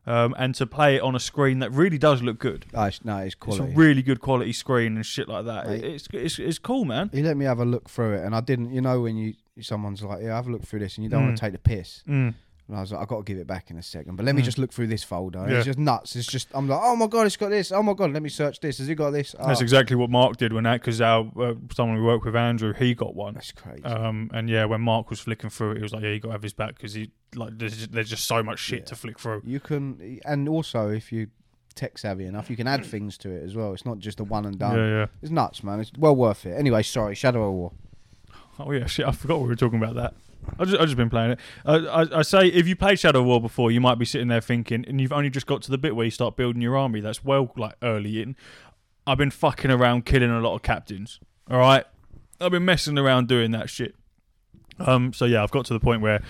Um, and to play it on a screen that really does look good. Oh, it's, no, it's quality. It's a really good quality screen and shit like that. Mate. It's, it's it's cool, man. he let me have a look through it, and I didn't. You know when you someone's like, "Yeah, have a look through this," and you don't want Mm. to take the piss. Mm. And I was like, "I've got to give it back in a second, but let me Mm. just look through this folder." And Yeah. It's just nuts. It's just I'm like, "Oh my god, it's got this. Oh my god, let me search this. Has it got this?" Oh, That's exactly what Mark did when that because our uh, someone we work with, Andrew, he got one. that's crazy. Um, and yeah, when Mark was flicking through it, he was like, "Yeah, you got to have his back because he like there's just, there's just so much shit Yeah. to flick through." You can, and also if you tech savvy enough, you can add things to it as well. It's not just a one and done. Yeah, yeah. It's nuts, man. It's well worth it. Anyway, sorry, Shadow of War. Oh yeah, shit! I forgot we were talking about that. I just I just been playing it. Uh, I, I say if you played Shadow War before, you might be sitting there thinking, and you've only just got to the bit where you start building your army. That's well like early in. I've been fucking around killing a lot of captains. All right, I've been messing around doing that shit. Um, so yeah, I've got to the point where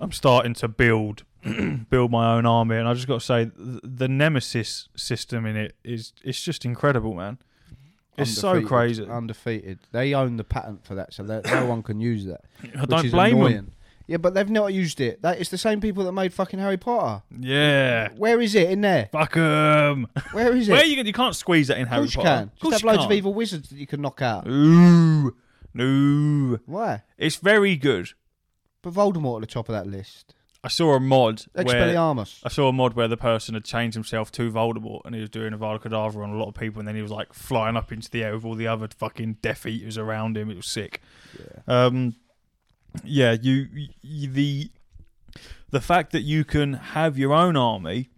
I'm starting to build [clears throat] build my own army, and I just got to say th- the nemesis system in it is it's just incredible, man. It's so Undefeated, crazy. Undefeated. They own the patent for that, so [coughs] that no one can use that. I which don't is blame annoying. them. Yeah, but they've not used it. That it's the same people that made fucking Harry Potter. Yeah. Where is it in there? Fuck 'em. Where [laughs] is it? Where are you gonna, you can't squeeze that in of Harry course you Potter. can. Of Just course have you loads of can't. evil wizards that you can knock out. Ooh, no, Why? it's very good. But Voldemort at the top of that list. I saw a mod where Expelliarmus. I saw a mod where the person had changed himself to Voldemort and he was doing a Avada Kedavra on a lot of people, and then he was like flying up into the air with all the other fucking Death Eaters around him. It was sick. Um, yeah, you, you the the fact that you can have your own army,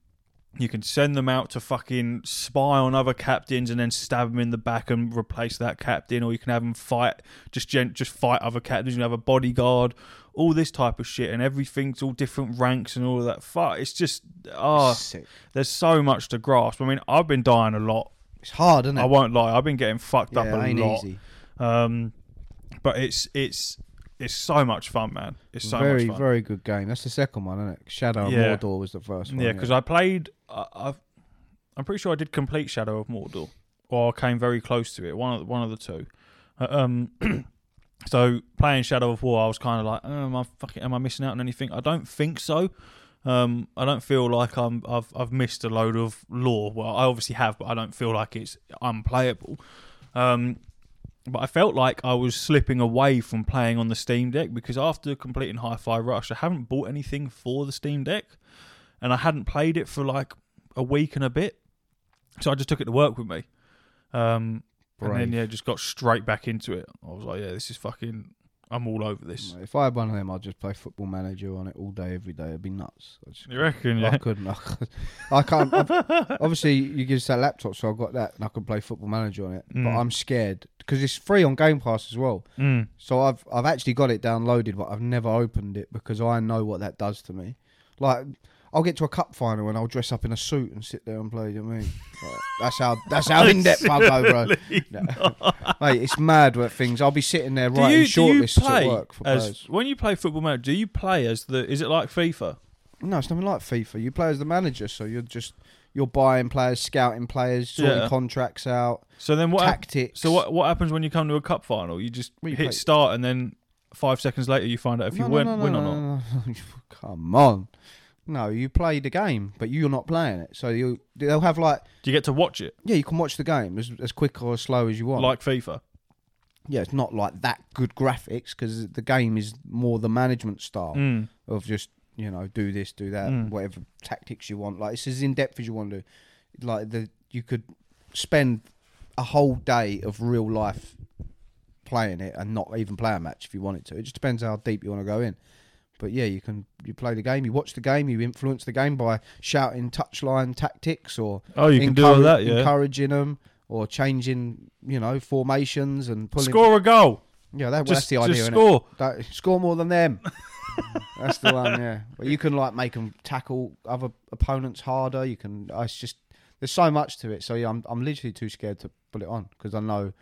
you can send them out to fucking spy on other captains and then stab them in the back and replace that captain, or you can have them fight just gen- just fight other captains. You can have a bodyguard, all this type of shit, and everything's all different ranks and all of that. Fuck, it's just ah, Sick. there's so much to grasp. I mean, I've been dying a lot. It's hard, isn't it? I won't lie, I've been getting fucked yeah, up a ain't lot. easy. Um, but it's it's it's so much fun, man. It's so very, much fun. very good game. That's the second one, isn't it? Shadow Yeah. of Mordor was the first one. yeah, because I played. I, I've, I'm pretty sure I did complete Shadow of Mordor, or I came very close to it. One of the, one of the two. Uh, um, [clears throat] so playing Shadow of War, I was kind of like, oh, am I fucking, am I missing out on anything? I don't think so. Um, I don't feel like I'm I've I've missed a load of lore. Well, I obviously have, but I don't feel like it's unplayable. Um, but I felt like I was slipping away from playing on the Steam Deck because after completing Hi-Fi Rush, I haven't bought anything for the Steam Deck, and I hadn't played it for like a week and a bit. So I just took it to work with me, um, and then Brave. yeah, just got straight back into it. I was like, yeah, this is fucking. I'm all over this. If I had one of them, I'd just play Football Manager on it all day, every day. It'd be nuts. I just You reckon? Yeah. I couldn't. [laughs] I, could- I can't. [laughs] I've- obviously, you give us that laptop, so I've got that, and I can play Football Manager on it. But Mm. I'm scared because it's free on Game Pass as well. Mm. So I've I've actually got it downloaded, but I've never opened it because I know what that does to me. Like I'll get to a cup final and I'll dress up in a suit and sit there and play. You know what I mean? Like, that's how [laughs] that's how in depth I go, bro. [laughs] Mate, it's mad what things. I'll be sitting there do writing you, do you shortlists play at work for as players. when you play football manager? Do you play as the? Is it like FIFA? No, it's nothing like FIFA. You play as the manager, so you're just you're buying players, scouting players, sorting Yeah. contracts out, So then what? hap- tactics. so what? What happens when you come to a cup final? You just Well, you hit play- start, and then five seconds later you find out if you No, no, win, no, no, win no, or not. no, no, [laughs] no. Come on. No, you play the game, but you're not playing it. So you they'll have like Do you get to watch it yeah, you can watch the game as as quick or as slow as you want. like FIFA? yeah, it's not like that good graphics because the game is more the management style Mm. of just you know do this, do that, Mm. whatever tactics you want. Like it's as in depth as you want to. do. Like the you could spend a whole day of real life playing it and not even play a match if you wanted to. It just depends how deep you want to go in. But yeah, you can you play the game, you watch the game, you influence the game by shouting touchline tactics or Oh, you can do all encourage- that, yeah. encouraging them or changing you know formations and pulling. Score a goal. Yeah, that, well, just, that's the idea. just innit? score. Don't, score more than them. that's the one. Yeah, but you can like make them tackle other opponents harder. You can. uh, It's just there's so much to it. So yeah, I'm I'm literally too scared to put it on because I know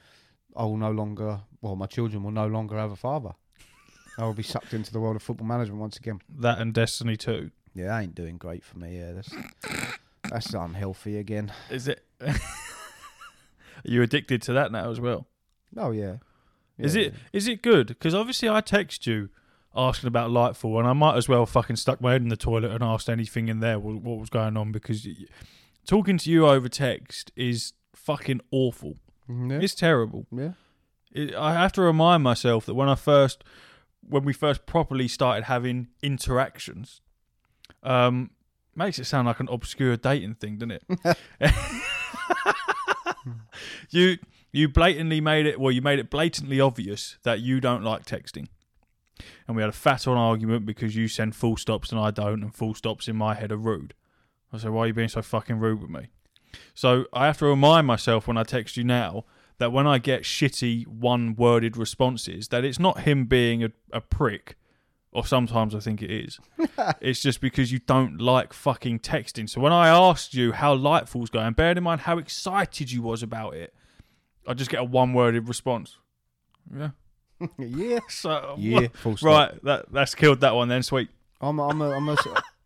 I will no longer. Well, my children will no longer have a father. I will be sucked into the world of football management once again. That and Destiny Two. Yeah, that ain't doing great for me. Yeah, that's that's unhealthy again. Is it? [laughs] Are you addicted to that now as well? Oh yeah. Is Yeah. it is it good? Because obviously I text you asking about Lightfall, and I might as well fucking stuck my head in the toilet and asked anything in there wh- what was going on because y- talking to you over text is fucking awful. Yeah. It's terrible. Mm, yeah. It, I have to remind myself that when I first when we first properly started having interactions, um, makes it sound like an obscure dating thing, doesn't it? [laughs] you you blatantly made it well, you made it blatantly obvious that you don't like texting. And we had a fat on argument because you send full stops and I don't, and full stops in my head are rude. I said, Why are you being so fucking rude with me? So I have to remind myself when I text you now that when I get shitty one worded responses, that it's not him being a, a prick, or sometimes I think it [laughs] is. it's just because you don't like fucking texting. So when I asked you how Lightfall's going, bearing in mind how excited you was about it, I just get a one worded response. Yeah. yeah. So Yeah. Full [laughs] stop. Right, that that's killed that one then. Sweet. I'm a, I'm a, I'm a,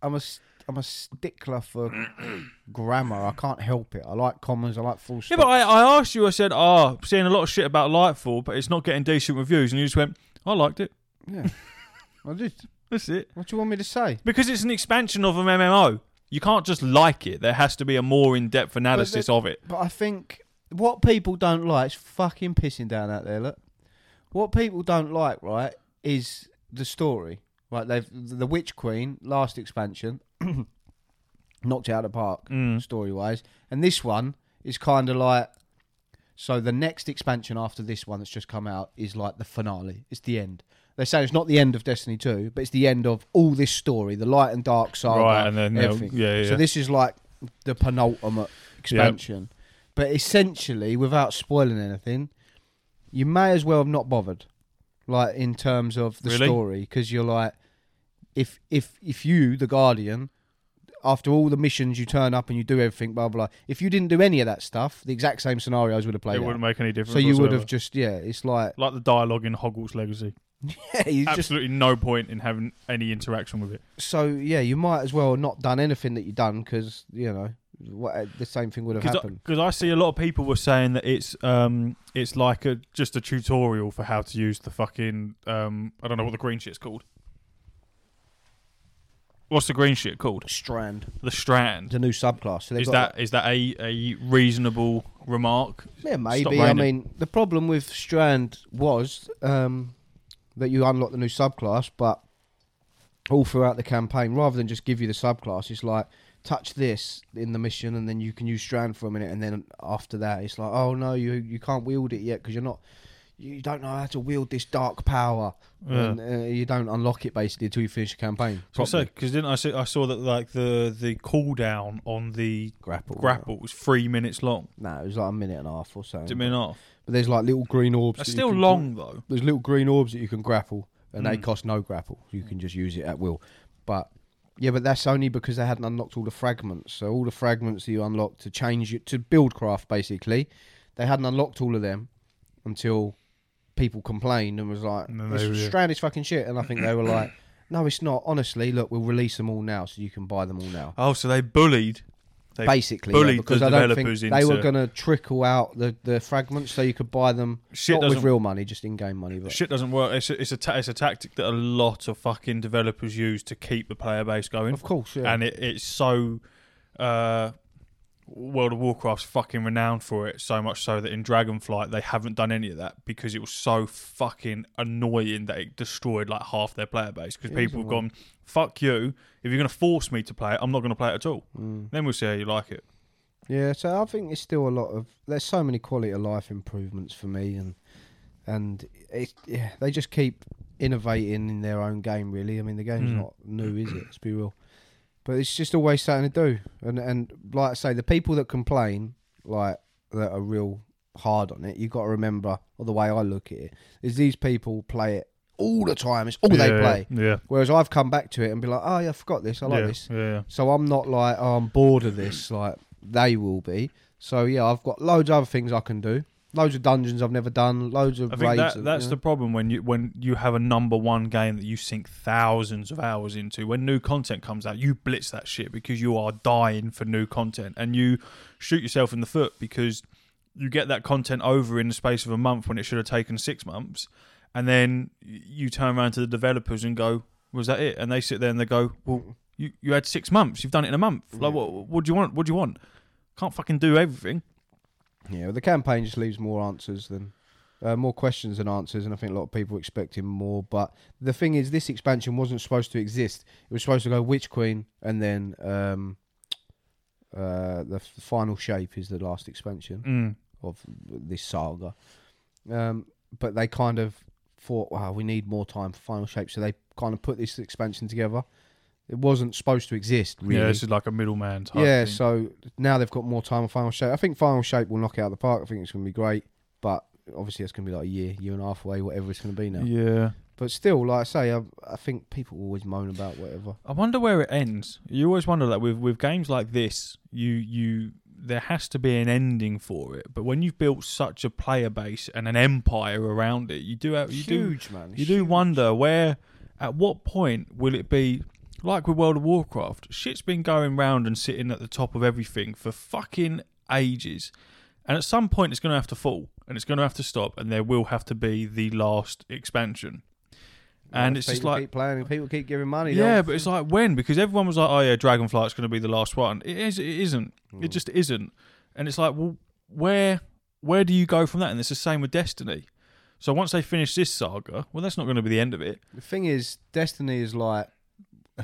I'm a, I'm a stickler for grammar. I can't help it. I like commas. I like full Yeah, stop. but I, I asked you. I said, "Ah, seeing a lot of shit about Lightfall, but it's not getting decent reviews." And you just went, "I liked it. Yeah. I just, That's it." what do you want me to say? Because it's an expansion of an MMO. You can't just like it. There has to be a more in-depth analysis of it. But I think what people don't like is fucking pissing down out there. Look, what people don't like, right, is the story. Right, they've the Witch Queen last expansion [clears throat] knocked it out of the park Mm. story wise, and this one is kind of like. So the next expansion after this one that's just come out is like the finale. It's the end. They say it's not the end of Destiny Two, but it's the end of all this story, the light and dark side, Right, and then they'll- everything. yeah, yeah. So this is like the penultimate expansion. But essentially, without spoiling anything, you may as well have not bothered. Like in terms of the Really? story, because you're like, if if if you, the Guardian, after all the missions you turn up and you do everything, blah blah. blah if you didn't do any of that stuff, the exact same scenarios would have played It out. wouldn't make any difference. So you would whatsoever. have just yeah, it's like [laughs] like the dialogue in Hogwarts Legacy. yeah, you just Absolutely no point in having any interaction with it. so yeah, you might as well have not done anything that you done because you know what, the same thing would have happened. Because I, see a lot of people were saying that it's um it's like a just a tutorial for how to use the fucking um I don't know what the green shit's called. What's the green shit called? Strand, The Strand. the new subclass. So they've Is got that is that a a reasonable remark? Yeah, maybe. raining. I mean, the problem with Strand was um, that you unlock the new subclass, but all throughout the campaign, rather than just give you the subclass, it's like touch this in the mission, and then you can use Strand for a minute, and then after that, it's like, oh no, you you can't wield it yet because you're not. You don't know how to wield this dark power, Yeah. and uh, you don't unlock it basically until you finish the campaign. Because properly. didn't I see I saw that like the the cooldown on the grapple, grapple was three minutes long. No, it was like a minute and a half or so. Did it mean off? But there's like little green orbs. That's that Mm-hmm. you still long can- though. there's little green orbs that you can grapple, and they Mm. cost no grapple. You can just use it at will. But Yeah, but that's only because they hadn't unlocked all the fragments. So all the fragments that you unlocked to change it to build craft basically, they hadn't unlocked all of them until people complained and was like, And then "This they were- Stranded's fucking shit," and I think they were [coughs] like, "No, it's not. Honestly, look, we'll release them all now, so you can buy them all now." Oh, so they bullied. They Basically, yeah, bullied because the I don't think developers they were into- going to trickle out the, the fragments so you could buy them Shit not with doesn't- real money, just in game money. But Shit doesn't work. It's a, it's a ta- it's a tactic that a lot of fucking developers use to keep the player base going, of course, yeah. and it, it's so. Uh, World of Warcraft's fucking renowned for it, so much so that in Dragonflight they haven't done any of that because it was so fucking annoying that it destroyed like half their player base because It is people have annoying. gone, "Fuck you! If you're gonna force me to play it, I'm not gonna play it at all." Mm. Then we'll see how you like it. Yeah, so I think there's still a lot of there's so many quality of life improvements for me, and and it, yeah, they just keep innovating in their own game. Really, I mean the game's Mm. not new, is it? Let's be real, but it's just always something to do. And and like I say, the people that complain like that are real hard on it. You got to remember, or the way I look at it is these people play it all the time. It's all they play. Yeah, Whereas I've come back to it and be like, oh yeah, I forgot this. I like yeah, this. Yeah, So I'm not like oh, I'm bored [clears throat] of this. Like they will be. So yeah, I've got loads of other things I can do. Loads of dungeons I've never done. Loads of I think raids. that, and- that's yeah. the problem when you when you have a number one game that you sink thousands of hours into. When new content comes out, you blitz that shit because you are dying for new content, and you shoot yourself in the foot because you get that content over in the space of a month when it should have taken six months, and then y- you turn around to the developers and go, "Was that it?" And they sit there and they go, "Well, you you had six months. You've done it in a month. Like, what what do you want? What do you want? Can't fucking do everything." yeah. The campaign just leaves more answers than uh, more questions than answers, and I think a lot of people expecting more. But the thing is, this expansion wasn't supposed to exist. It was supposed to go Witch Queen and then um, uh, the f- final shape is the last expansion. Mm. of this saga. Um, but they kind of thought, wow, we need more time for Final Shape. So they kind of put this expansion together. It wasn't supposed to exist, really. Yeah, this is like a middleman type. Yeah, thing. so now they've got more time on Final Shape. I think Final Shape will knock it out of the park. I think it's going to be great. But obviously, it's going to be like a year, year and a half away, whatever it's going to be now. yeah. But still, like I say, I, I think people always moan about whatever. I wonder where it ends. You always wonder that with with games like this, you you there has to be an ending for it. But when you've built such a player base and an empire around it, you do have, Uh, you do Huge, man. you do wonder where at what point will it be like with World of Warcraft? Shit's been going round and sitting at the top of everything for fucking ages. And at some point it's going to have to fall and it's going to have to stop and there will have to be the last expansion. And it's just people like keep playing, and people keep giving money. yeah, don't but it's like when because everyone was like, "Oh yeah, Dragonflight's going to be the last one." It is. It isn't. Hmm. It just isn't. And it's like, well, where where do you go from that? And it's the same with Destiny. So once they finish this saga, well, that's not going to be the end of it. The thing is, Destiny is like [laughs]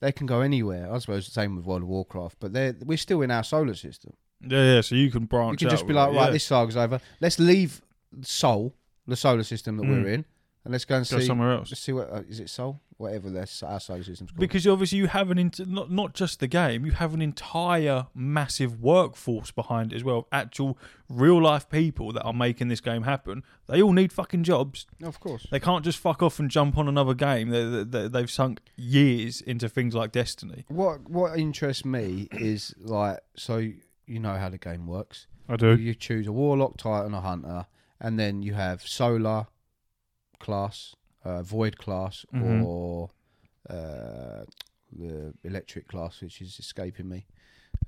they can go anywhere. I suppose the same with World of Warcraft, but they're we're still in our solar system. Yeah, yeah. So you can You branch. can out just be with like, it, right, yeah. this saga's over. Let's leave Sol, the solar system that we're Mm. in, and let's go and go see. somewhere else. Let's see what uh, is it Sol? Whatever this our solar system's called. Because obviously you have an int- not not just the game, you have an entire massive workforce behind it as well. Actual real life people that are making this game happen. They all need fucking jobs. No, of course. They can't just fuck off and jump on another game. They, they, they've sunk years into things like Destiny. What what interests me is like so you know how the game works. I You choose a warlock, titan, a hunter, and then you have solar class, uh, void class, Mhm. or uh, the electric class, which is escaping me,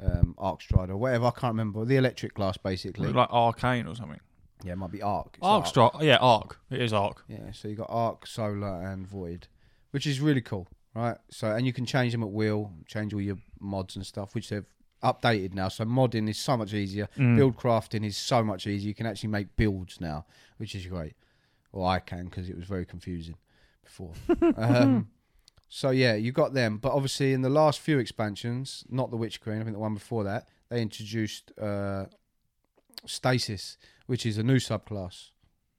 um, arc strider, whatever. I can't remember the electric class basically. Like Arcane or something. Yeah, it might be arc. It's Arc Strike. Yeah, Arc. It is Arc. Yeah, so you got arc, solar, and void, which is really cool, right? So and you can change them at will, change all your mods and stuff, which they've updated now. So modding is so much easier. Mm. Build crafting is so much easier. You can actually make builds now, which is great. Well, I can because it was very confusing before. um, so yeah, you got them, but obviously in the last few expansions, not the Witch Queen, I think the one before that, they introduced uh, Stasis, which is a new subclass,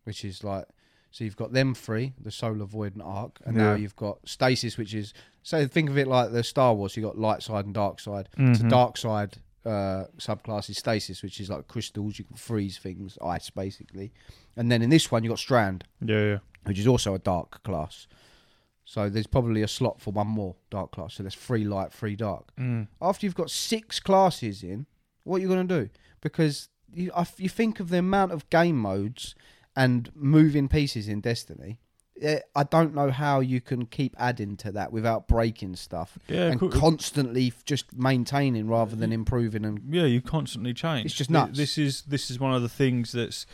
which is like so you've got them three, the Solar Void and Arc, and now Yeah. you've got Stasis, which is so think of it like the Star Wars. You got light side and dark side. So Mhm. dark side uh, subclass is stasis, which is like crystals. You can freeze things, ice basically. And then in this one, you got strand, Yeah, yeah. which is also a dark class. So there's probably a slot for one more dark class. So there's three light, three dark. Mm. After you've got six classes in, what are you going to do? Because you, I f- you think of the amount of game modes and moving pieces in Destiny. eh, I don't know how you can keep adding to that without breaking stuff Yeah, and cool. constantly f- just maintaining rather than improving and yeah, you constantly change. It's just Th- nuts. This is this is one of the things that's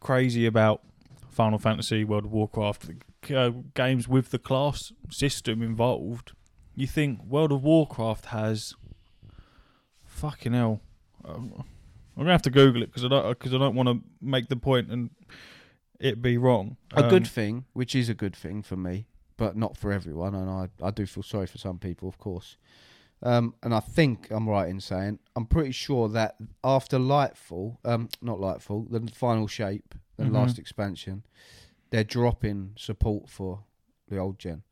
crazy about Final Fantasy, World of Warcraft, the g- uh, games with the class system involved. You think World of Warcraft has fucking hell. Um, I'm gonna have to Google it because I don't because I don't want to make the point and it be wrong. a Um, good thing, which is a good thing for me, but not for everyone, and I, I do feel sorry for some people, of course. Um, and I think I'm right in saying I'm pretty sure that after Lightfall, um, not Lightfall, the final shape, the Mhm. last expansion, they're dropping support for the old gen,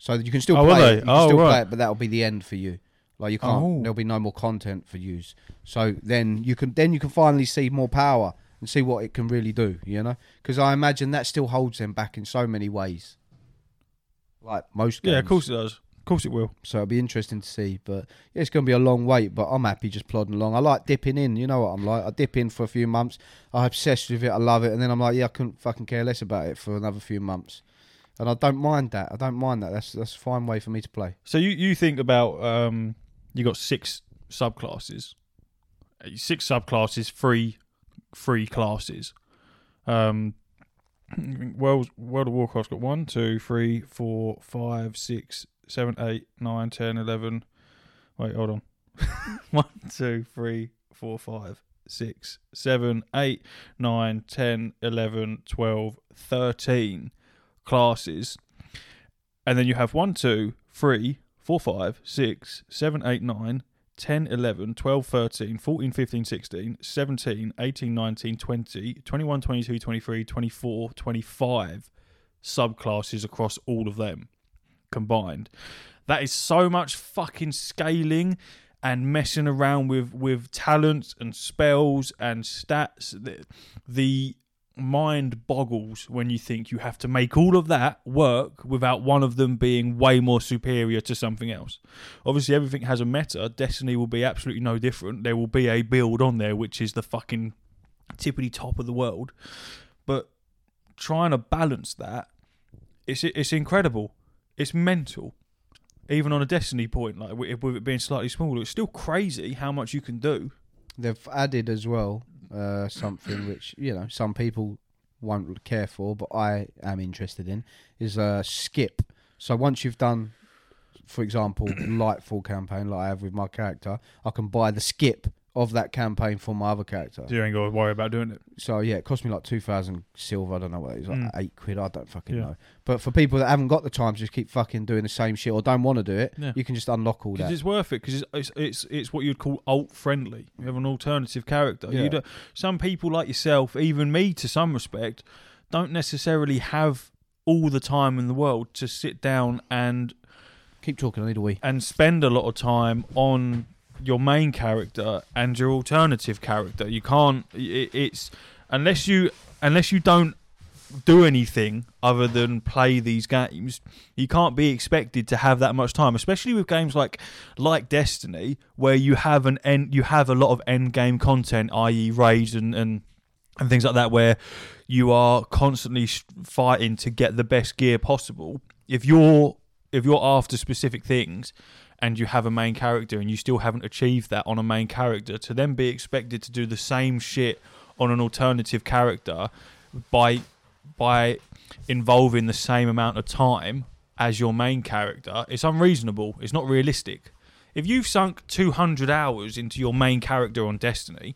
so that you can still Oh, will play they? it. You can Oh, still play right. it, but that'll be the end for you. Like you can't. Oh. There'll be no more content for yous. So then you can then you can finally see more power and see what it can really do. You know, because I imagine that still holds them back in so many ways. Like most games. Yeah, of course it does. Of course it will. So it'll be interesting to see. But yeah, it's going to be a long wait. But I'm happy just plodding along. I like dipping in. You know what I'm like. I dip in for a few months. I'm obsessed with it. I love it. And then I'm like, yeah, I couldn't fucking care less about it for another few months. And I don't mind that. I don't mind that. That's that's a fine way for me to play. So you you think about um, you got six subclasses, Uh, six subclasses, three three classes. Um, World World of Warcraft's got one, two, three, four, five, six, seven, eight, nine, ten, eleven. Wait, hold on. [laughs] one, two, three, four, five, six, seven, eight, nine, ten, eleven, twelve, thirteen classes and then you have 1, 2, 3, 4, 5, 6, 7, 8, 9, 10, 11, 12, 13, 14, 15, 16, 17, 18, 19, 20, 21, 22, 23, 24, 25 subclasses across all of them combined. That is so much fucking scaling and messing around with with talents and spells and stats. The, the mind boggles when you think you have to make all of that work without one of them being way more superior to something else. Obviously, everything has a meta. Destiny will be absolutely no different. There will be a build on there which is the fucking tippity top of the world, but trying to balance that, it's it's incredible. It's mental. Even on a Destiny point, like with with it being slightly smaller, it's still crazy how much you can do. They've added as well uh, something which you know some people won't care for, but I am interested in is uh, skip. So once you've done, for [coughs] example, Lightfall campaign like I have with my character, I can buy the skip of that campaign for my other character. You ain't got to worry about doing it. So yeah, it cost me like two thousand silver. I don't know what it is, like Mm. eight quid. I don't fucking Yeah. know. But for people that haven't got the time to just keep fucking doing the same shit or don't want to do it, Yeah. you can just unlock all Because that. it's worth it. Because it's, it's it's it's what you'd call alt friendly. You have an alternative character. Yeah. You don't, some people like yourself, even me, to some respect, don't necessarily have all the time in the world to sit down and Keep talking. I need a wee. and spend a lot of time on your main character and your alternative character. You can't. It, it's unless you unless you don't do anything other than play these games, you can't be expected to have that much time, especially with games like like Destiny, where you have an end, you have a lot of end game content, i.e., raids and and and things like that, where you are constantly s- fighting to get the best gear possible. If you're if you're after specific things and you have a main character and you still haven't achieved that on a main character to then be expected to do the same shit on an alternative character by by involving the same amount of time as your main character it's unreasonable it's not realistic if you've sunk 200 hours into your main character on destiny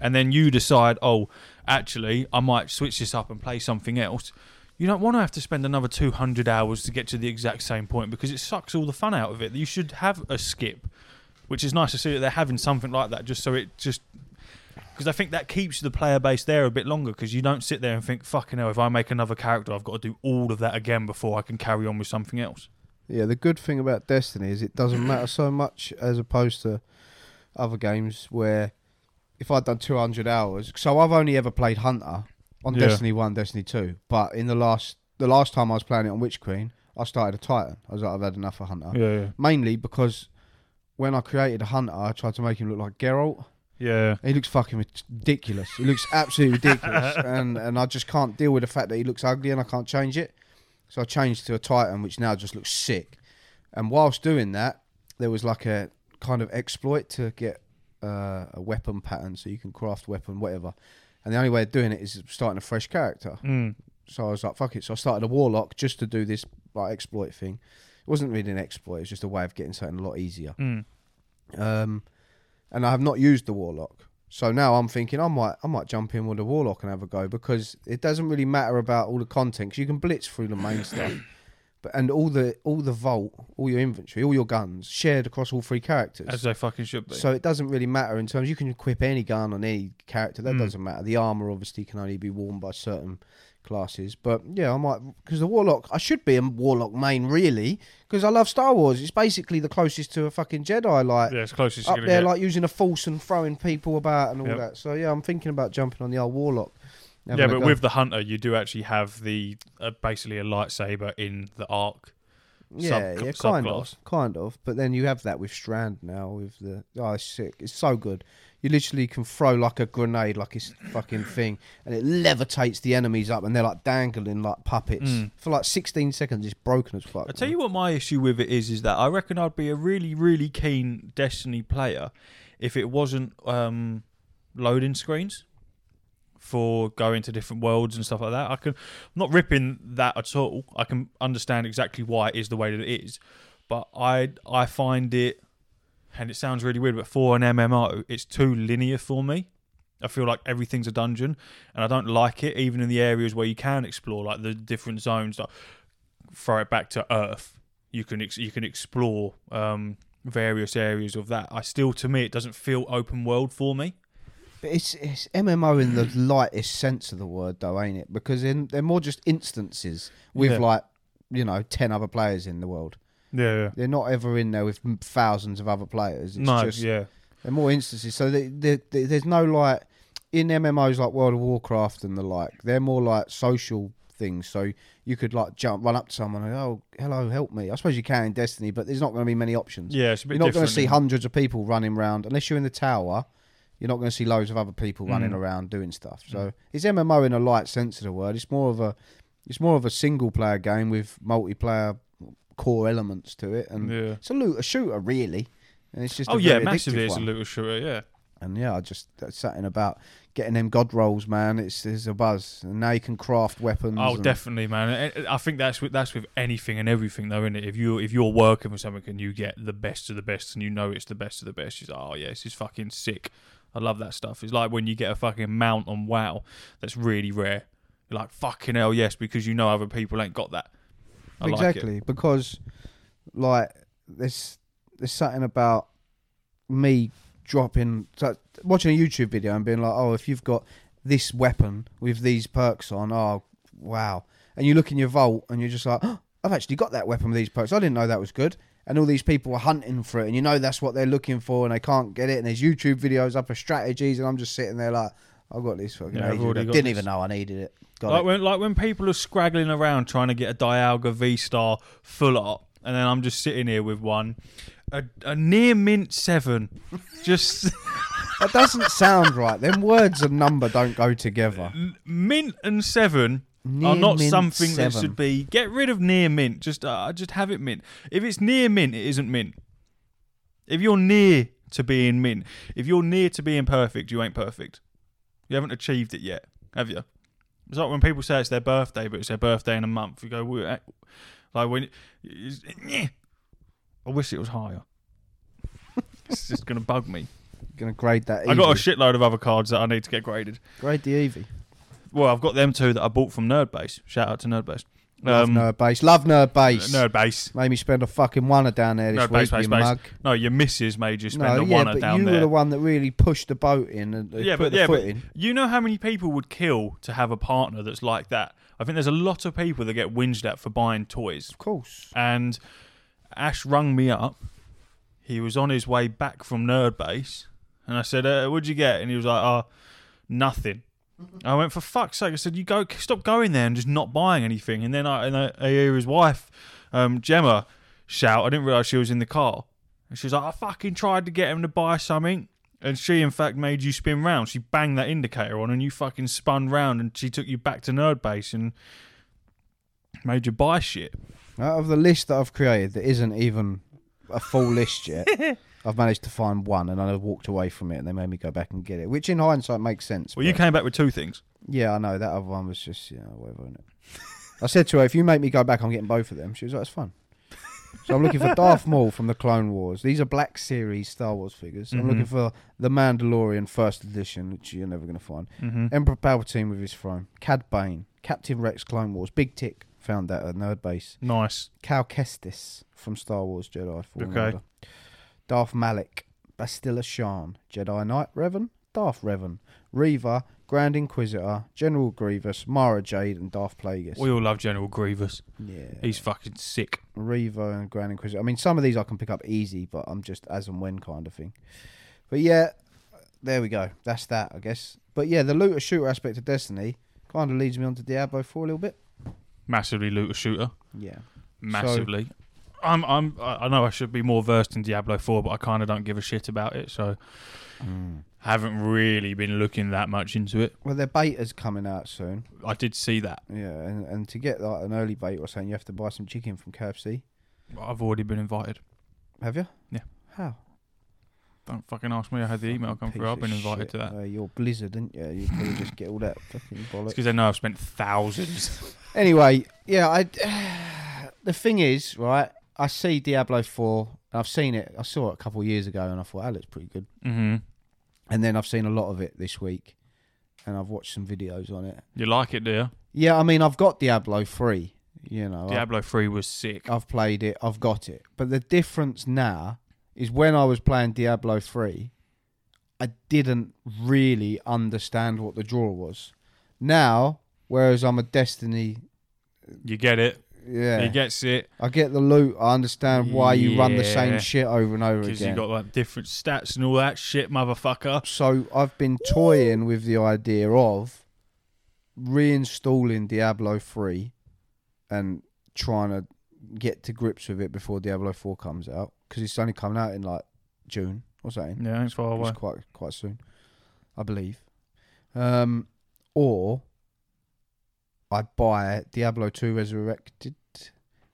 and then you decide oh actually i might switch this up and play something else you don't want to have to spend another 200 hours to get to the exact same point because it sucks all the fun out of it you should have a skip which is nice to see that they're having something like that just so it just because I think that keeps the player base there a bit longer because you don't sit there and think, fucking hell, if I make another character, I've got to do all of that again before I can carry on with something else. Yeah, the good thing about Destiny is [coughs] it doesn't matter so much as opposed to other games where if I'd done 200 hours, so I've only ever played Hunter on Yeah. Destiny 1, Destiny 2, but in the last the last time I was playing it on Witch Queen, I started a Titan. I was like, I've had enough of Hunter. Yeah, yeah, Mainly because when I created a Hunter, I tried to make him look like Geralt. yeah. He looks fucking ridiculous. He looks absolutely ridiculous, and and I just can't deal with the fact that he looks ugly, and I can't change it. So I changed to a Titan, which now just looks sick. And whilst doing that, there was like a kind of exploit to get uh, a weapon pattern, so you can craft weapon whatever. And the only way of doing it is starting a fresh character. Mm. So I was like, fuck it. So I started a warlock just to do this like exploit thing. It wasn't really an exploit; it was just a way of getting something a lot easier. Mm. Um, and I have not used the warlock. So now I'm thinking I might I might jump in with the warlock and have a go because it doesn't really matter about all the content 'cause you can blitz through the main stuff, [coughs] but and all the all the vault, all your inventory, all your guns shared across all three characters. As they fucking should be. So it doesn't really matter in terms you can equip any gun on any character. That Mm. doesn't matter. The armor obviously can only be worn by certain classes. But yeah, I might because the warlock. I should be a warlock main really because I love Star Wars. It's basically the closest to a fucking Jedi. Like yeah, it's closest you're uh, up gonna there, get. like using a force and throwing people about and all Yep. that. So yeah, I'm thinking about jumping on the old warlock. yeah, having a but go. with the hunter, you do actually have the uh, basically a lightsaber in the arc. yeah, sub- yeah, kind subclass. of, kind of. But then you have that with Strand now. With the oh, it's sick. It's so good. You literally can throw like a grenade, like it's a fucking thing, and it levitates the enemies up, and they're like dangling like puppets Mm. for like 16 seconds. It's broken as fuck. I tell you what, my issue with it is, is that I reckon I'd be a really, really keen Destiny player if it wasn't um, loading screens for going to different worlds and stuff like that. I can, I'm not ripping that at all. I can understand exactly why it is the way that it is, but I, I find it, and it sounds really weird, but for an MMO, it's too linear for me. I feel like everything's a dungeon, and I don't like it. Even in the areas where you can explore, like the different zones, like throw it back to Earth, you can ex- you can explore um, various areas of that. I still, to me, it doesn't feel open world for me. But it's it's MMO in the lightest sense of the word, though, ain't it? Because in, they're more just instances with Yeah. like you know 10 other players in the world. Yeah, They're not ever in there with thousands of other players. It's no, just yeah, There are more instances. So they, they, they, there's no like in MMOs like World of Warcraft and the like. They're more like social things. So you could like jump, run up to someone and oh, hello, help me. I suppose you can in Destiny, but there's not going to be many options. yeah. It's a bit you're not going different to see in- hundreds of people running around unless you're in the tower. You're not going to see loads of other Mm. people running around doing stuff. So it's MMO in a light sense of the word. It's more of a it's more of a single player game with multiplayer core elements to it, and Yeah. it's a looter shooter really. And it's just Oh a yeah, very massively. addictive It's a one. little shooter. Yeah, And yeah, I just that's something about getting them god rolls, man. It's there's a buzz, and now you can craft weapons. oh and- definitely, man. I I think that's with that's with anything and everything though, is it? If you if you're working with something and you get the best of the best and you know it's the best of the best, you like, oh yeah, this is fucking sick. I love that stuff. It's like when you get a fucking mount on WoW that's really rare. You're like fucking hell, yes, because you know other people ain't got that. I like it. exactly because like there's there's something about me dropping so, watching a YouTube video and being like, oh, if you've got this weapon with these perks on, oh wow, and you look in your vault and you're just like, oh, I've actually got that weapon with these perks. I didn't know that was good. And all these people are hunting for it, and you know that's what they're looking for, and they can't get it. And there's YouTube videos up of strategies, and I'm just sitting there like, I've got this fucking. Yeah, I've ages already ago. got Didn't this." even know I needed it. Got Like it. when, like when people are scraggling around trying to get a Dialga V Star full up, and then I'm just sitting here with one, a, a near mint seven, [laughs] just That doesn't sound right. Them words and number don't go together. mint and seven are Near not mint something that seven. should be. Get rid of near mint. Just uh, just have it mint. If it's near mint, it isn't mint. If you're near to being mint, if you're near to being perfect, you ain't perfect. You haven't achieved it yet, have you? It's like when people say it's their birthday, but it's their birthday in a month. You go, well, eh, like when, it's- eh, I wish it was higher. [laughs] it's just gonna bug me. Gonna grade that. Eevee. I got a shitload of other cards that I need to get graded. grade the Eevee. Well, I've got them two that I bought from Nerdbase. Shout out to Nerdbase. Um, Love nerd base. Love nerd base. Uh, Nerdbase. Made me spend a fucking wanner down there this Nerdbase, week. base, you base. mug. No, your missus made you spend no, a yeah, one but down you there. were the one that really pushed the boat in and uh, yeah, put but the yeah, foot but in. you know how many people would kill to have a partner that's like that. I think there's a lot of people that get whinged at for buying toys. Of course. And Ash rung me up. He was on his way back from Nerdbase, and I said, uh, "What'd you get?" And he was like, "Oh, nothing." I went for fuck's sake. I said, "You go, stop going there and just not buying anything." And then I, and I, I hear his wife um, Gemma shout. I didn't realise she was in the car. And she was like, I fucking tried to get him to buy something. And she, in fact, made you spin round. She banged that indicator on and you fucking spun round and she took you back to Nerd Base and made you buy shit. Out of the list that I've created that isn't even a full [laughs] list yet, I've managed to find one and I walked away from it and they made me go back and get it, which in hindsight makes sense. Well, you but- came back with two things. Yeah, I know. That other one was just, yeah, whatever, innit? [laughs] I said to her, if you make me go back, I'm getting both of them. She was like, it's fun. So I'm looking for Darth Maul from the Clone Wars. These are Black Series Star Wars figures. I'm Mhm. looking for The Mandalorian First Edition, which you're never going to find. Mm-hmm. Emperor Palpatine with his throne. Cad Bane. Captain Rex Clone Wars. Big Tick. Found that at Nerd Base. Nice. Cal Kestis from Star Wars Jedi Fallen Okay. Order. Darth Malik, Bastilla Shan, Jedi Knight Revan, Darth Revan, Reaver, Grand Inquisitor, General Grievous, Mara Jade, and Darth Plagueis. We all love General Grievous. yeah, He's fucking sick. Reaver and Grand Inquisitor. I mean, some of these I can pick up easy, but I'm just as and when kind of thing. But yeah, there we go. That's that, I guess. But yeah, the looter shooter aspect of Destiny kind of leads me on to Diablo 4 a little bit. Massively looter shooter. Yeah. Massively. I'm, I'm, I I know I should be more versed in Diablo 4, but I kind of don't give a shit about it. So haven't really been looking that much into it. Well, their beta's coming out soon. I did see that. Yeah, and, and to get like an early bait or something, you have to buy some chicken from KFC. I've already been invited. Have you? Yeah. How? Don't fucking ask me. I had the email come Piece through. I've of been invited shit. to that. Uh, you're Blizzard, didn't you? You probably just get [laughs] all that fucking It's bollocks. because they know I've spent thousands. [laughs] Anyway, yeah, I. [sighs] the thing is, right? I see Diablo Four, and I've seen it. I saw it a couple of years ago, and I thought, "That looks pretty good." hmm And then I've seen a lot of it this week, and I've watched some videos on it. You like it, do you? Yeah, I mean, I've got Diablo Three. You know, I- Diablo 3 was sick. I've played it, I've got it. But the difference now is when I was playing Diablo 3, I didn't really understand what the draw was. Now, whereas I'm a Destiny, You get it. yeah, He gets it I get the loot, I understand why you run the same Yeah. shit over and over because you again. got like different stats and all that shit, motherfucker. so I've been toying with the idea of reinstalling Diablo 3 and trying to get to grips with it before Diablo 4 comes out because it's only coming out in like June or something. Yeah, ain't far away. It's quite quite soon, I believe. Um, or I buy Diablo 2 Resurrected,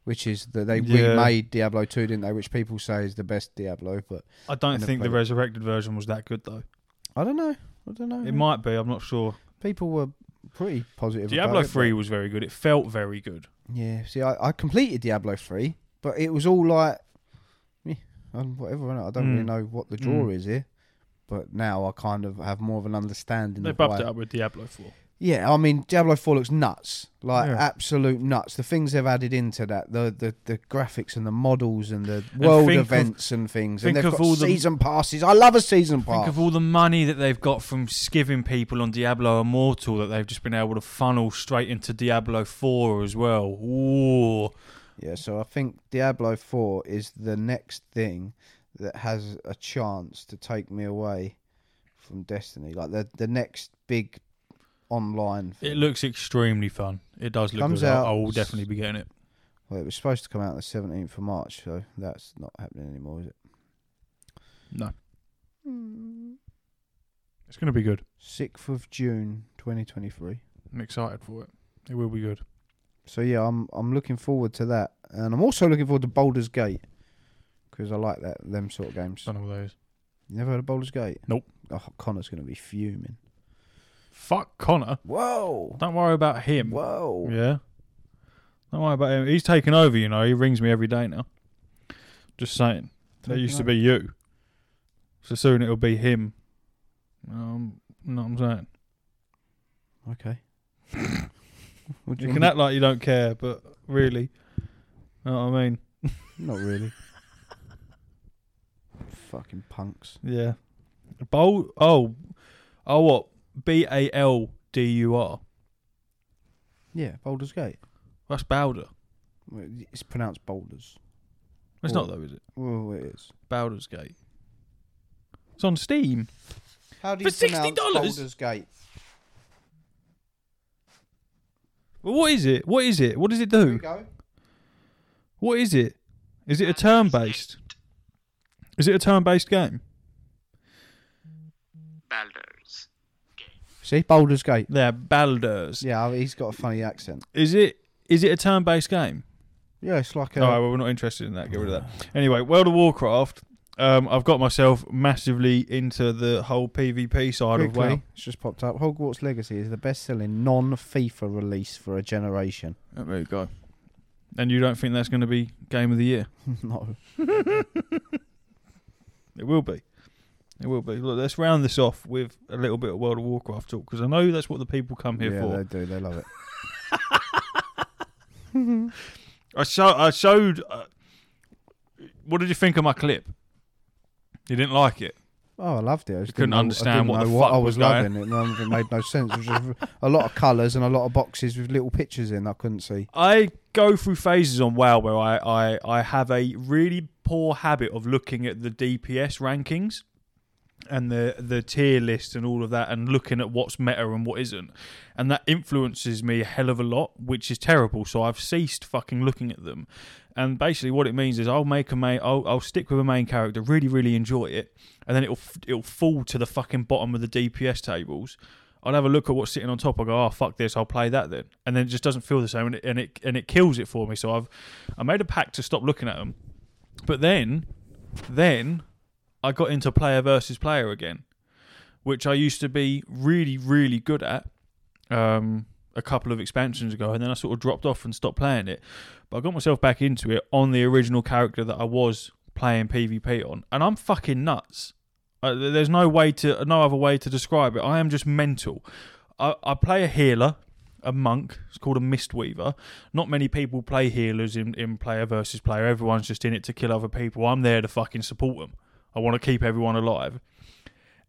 which is that they Yeah. remade Diablo 2, didn't they? Which people say is the best Diablo, but I don't never think the played it. resurrected version was that good though. I don't know. I don't know. It might be. I'm not sure. people were pretty positive. Diablo about it, 3 was very good. It felt very good. but- yeah. See, I, I completed Diablo three, but it was all like, eh, um, whatever. innit? I don't Mm. really know what the draw Mm. is here, but now I kind of have more of an understanding. They of buffed why- it up with Diablo 4. Yeah, I mean, Diablo four looks nuts, like Yeah. absolute nuts. The things they've added into that, the the, the graphics and the models and the And world think of- events and things, think and they've of got all the- season passes. I love a season pass. Think of all the money that they've got from skiving people on Diablo Immortal that they've just been able to funnel straight into Diablo 4 as well. Ooh. Yeah, so I think Diablo 4 is the next thing that has a chance to take me away from Destiny. Like the the next big online It thing. looks extremely fun. It does look Comes good. I- out I will s- definitely be getting it. well, it was supposed to come out on the 17th of March, so that's not happening anymore, is it? No. It's going to be good. 6th of June 2023. I'm excited for it. It will be good. So yeah, I'm I'm looking forward to that. And I'm also looking forward to Boulder's Gate because I like that them sort of games. Don't know what that is. You never heard of Boulder's Gate? Nope. Oh, Connor's going to be fuming. Fuck Connor. Whoa. Don't worry about him. Whoa. Yeah. Don't worry about him. He's taken over, you know. He rings me every day now. Just saying. That Taken used to over. be you. So soon it'll be him. Um, you know what I'm saying? Okay. What do You you can want act like you don't care, but really. You know what I mean? me- [laughs] Not really. Fucking punks. Yeah. Bold. Oh. Oh, what? B A L D U R. Yeah, Boulder's Gate. That's Bowder. Well, It's pronounced Boulders. It's Or- not, though, is it? Well, it is. Bowder's Gate. It's on Steam. How do For you pronounce $60? Boulder's Gate? Well, what is it? What is it? What does it Here we do? go. What is it? Is Uh, it a turn based? Is it a turn based game? Baldur's. See, Boulder's Gate. They're Baldur's. Yeah, oh, he's got a funny accent. Is it is it a turn based game? Yeah, it's like uh, a. No, well, we're not interested in that. Get rid of that. Anyway, World of Warcraft. Um, I've got myself massively into the whole PvP side quickly, of WoW. it's just popped up. Hogwarts Legacy is the best-selling non-FIFA release for a generation. [laughs] There you go. And you don't think that's going to be game of the year? no, It will be. It will be. Look, let's round this off with a little bit of World of Warcraft talk because I know that's what the people come here yeah, for. they do. They love it. I show I showed. Uh, what did you think of my clip? You didn't like it. Oh, I loved it. I just couldn't didn't know- I understand didn't what the know fuck I was was going- loving. It, none of it made no sense. It was just a lot of colours and a lot of boxes with little pictures in. I couldn't see. I go through phases on WoW where I, I, I have a really poor habit of looking at the DPS rankings and the the tier list and all of that and looking at what's meta and what isn't. And that influences me a hell of a lot, which is terrible. So I've ceased fucking looking at them. And basically what it means is I'll make a main I'll, I'll stick with a main character, really, really enjoy it, and then it'll f- it'll fall to the fucking bottom of the DPS tables. I'll have a look at what's sitting on top. I go, oh fuck this, I'll play that then, and then it just doesn't feel the same, and it and it, and it kills it for me. So I've I made a pact to stop looking at them, but then then I got into player versus player again, which I used to be really really good at um, a couple of expansions ago, and then I sort of dropped off and stopped playing it. But I got myself back into it on the original character that I was playing PvP on, and I'm fucking nuts. Uh, th- there's no way to, no other way to describe it. I am just mental. I, I play a healer, a monk. It's called a mist weaver. Not many people play healers in, in player versus player. Everyone's just in it to kill other people. I'm there to fucking support them. I want to keep everyone alive.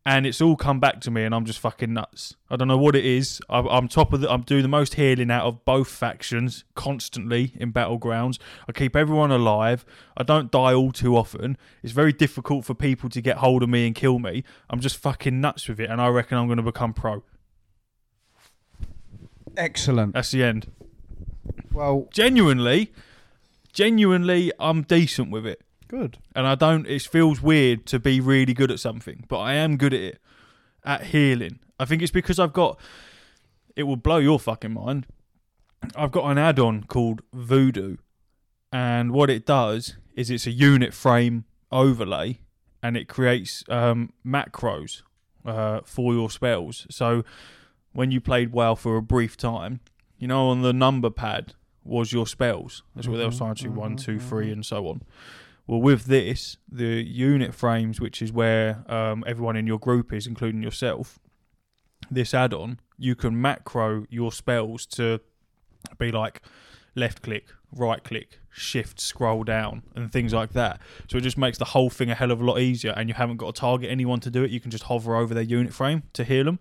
And it's all come back to me, and I'm just fucking nuts. I don't know what it is. I, I'm top of the. I'm doing the most healing out of both factions constantly in battlegrounds. I keep everyone alive. I don't die all too often. It's very difficult for people to get hold of me and kill me. I'm just fucking nuts with it, and I reckon I'm going to become pro. Excellent. That's the end. Well, Genuinely, genuinely, I'm decent with it. good. and I don't. It feels weird to be really good at something, but I am good at it, at healing. I think it's because I've got. It will blow your fucking mind. I've got an add-on called Voodoo, and what it does is it's a unit frame overlay, and it creates um, macros uh, for your spells. So when you played WoW for a brief time, you know on the number pad was your spells. That's what they were assigned to one, two, three, and so on. Well, with this, the unit frames, which is where um, everyone in your group is, including yourself, this add on, you can macro your spells to be like left click, right click, shift, scroll down, and things like that. So it just makes the whole thing a hell of a lot easier, and you haven't got to target anyone to do it. You can just hover over their unit frame to heal them.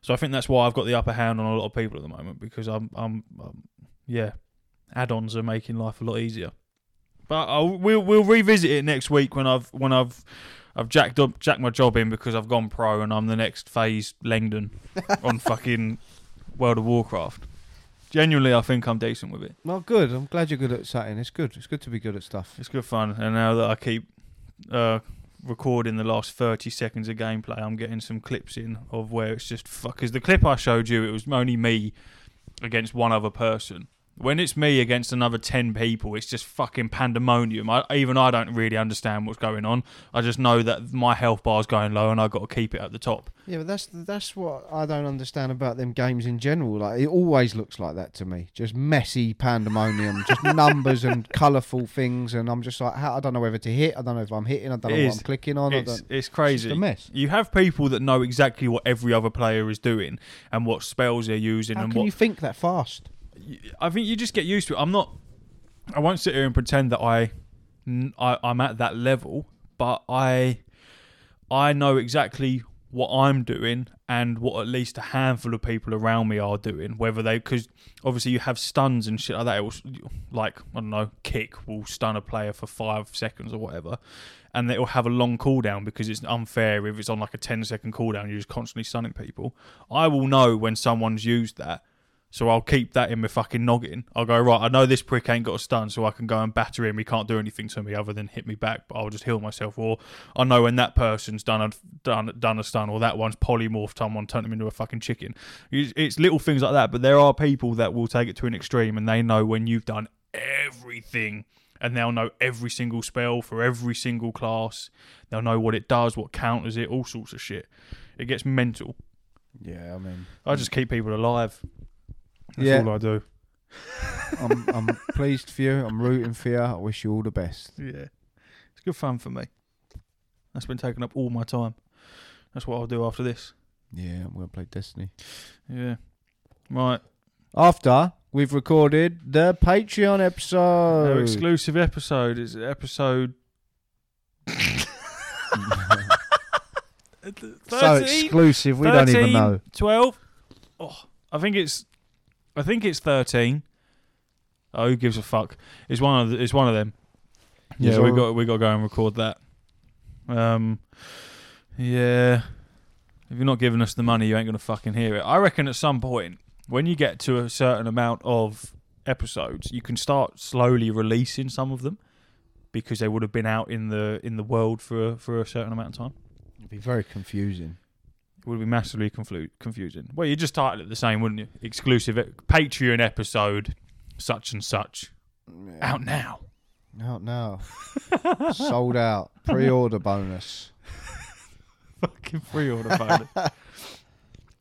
So I think that's why I've got the upper hand on a lot of people at the moment because I'm, I'm, um yeah, add ons are making life a lot easier. But I'll, we'll we'll revisit it next week when I've when I've I've jacked up jacked my job in because I've gone pro and I'm the next phase Langdon on fucking World of Warcraft. Genuinely, I think I'm decent with it. Well, good. I'm glad you're good at something. It's good. It's good to be good at stuff. It's good fun, and now that I keep uh, recording the last thirty seconds of gameplay, I'm getting some clips in of where it's just fuck. Because the clip I showed you, it was only me against one other person. When it's me against another ten people, it's just fucking pandemonium. I, even I don't really understand what's going on. I just know that my health bar's going low, and I got to keep it at the top. Yeah, but that's that's what I don't understand about them games in general. Like it always looks like that to me. Just [laughs] messy pandemonium, just numbers and colourful things, and I'm just like, how, I don't know whether to hit. I don't know if I'm hitting. I don't It know is. what I'm clicking on. I It's, don't. it's crazy. It's a mess. You have people that know exactly what every other player is doing and what spells they're using How and can what you think that fast? I think you just get used to it. I'm not. I won't sit here and pretend that I, n- I am at that level, but I, I know exactly what I'm doing and what at least a handful of people around me are doing. Whether they, because obviously you have stuns and shit like that. It will, s- like I don't know, kick will stun a player for five seconds or whatever, and it will have a long cooldown because it's unfair if it's on like a 10 second cooldown. You're just constantly stunning people. I will know when someone's used that So I'll keep that in my fucking noggin. I'll go, right, I know this prick ain't got a stun, so I can go and batter him. He can't do anything to me other than hit me back, but I'll just heal myself. Or I know when that person's done a, done, done a stun, or that one's polymorphed someone, turned him into a fucking chicken. It's, it's little things like that, but there are people that will take it to an extreme and they know when you've done everything and they'll know every single spell for every single class. They'll know what it does, what counters it, all sorts of shit. It gets mental. Yeah, I mean, I just keep people alive. That's Yeah. all I do. I'm, I'm pleased for you. I'm rooting for you. I wish you all the best. Yeah. It's good fun for me. That's been taking up all my time. That's what I'll do after this. Yeah, I'm going to play Destiny. Yeah. Right. After we've recorded the Patreon episode. Our exclusive episode is episode. [laughs] so exclusive, we don't even 13, know. 12. Oh, I think it's I think it's 13. Oh, who gives a fuck? It's one of the, it's one of them. Yeah, Yes, we or- got we got to go and record that. Um yeah. If you're not giving us the money, you ain't going to fucking hear it. I reckon at some point when you get to a certain amount of episodes, you can start slowly releasing some of them because they would have been out in the in the world for for a certain amount of time. It'd be very confusing. It would be massively conflu- confusing. Well, you just title it the same, wouldn't you? Exclusive e- Patreon episode, such and such, out now. [laughs] Out now. Sold out. Pre order bonus. Fucking free order phone. [laughs]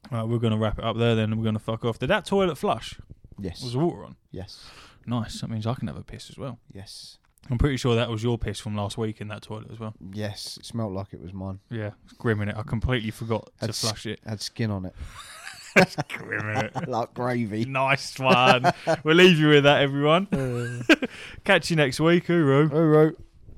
Right, we're going to wrap it up there then, and we're going to fuck off. Did that toilet flush? Was Yes. the water on? Yes. Nice. That means I can have a piss as well. Yes. I'm pretty sure that was your piss from last week in that toilet as well. Yes. It smelled like it was mine. Yeah, it's grim in it. I completely forgot to That's- flush it. Had skin on it. [laughs] That's [laughs] grim in [laughs] it. like [laughs] gravy. Nice one. we'll leave you with that, everyone. Catch you next week, Uru. All right.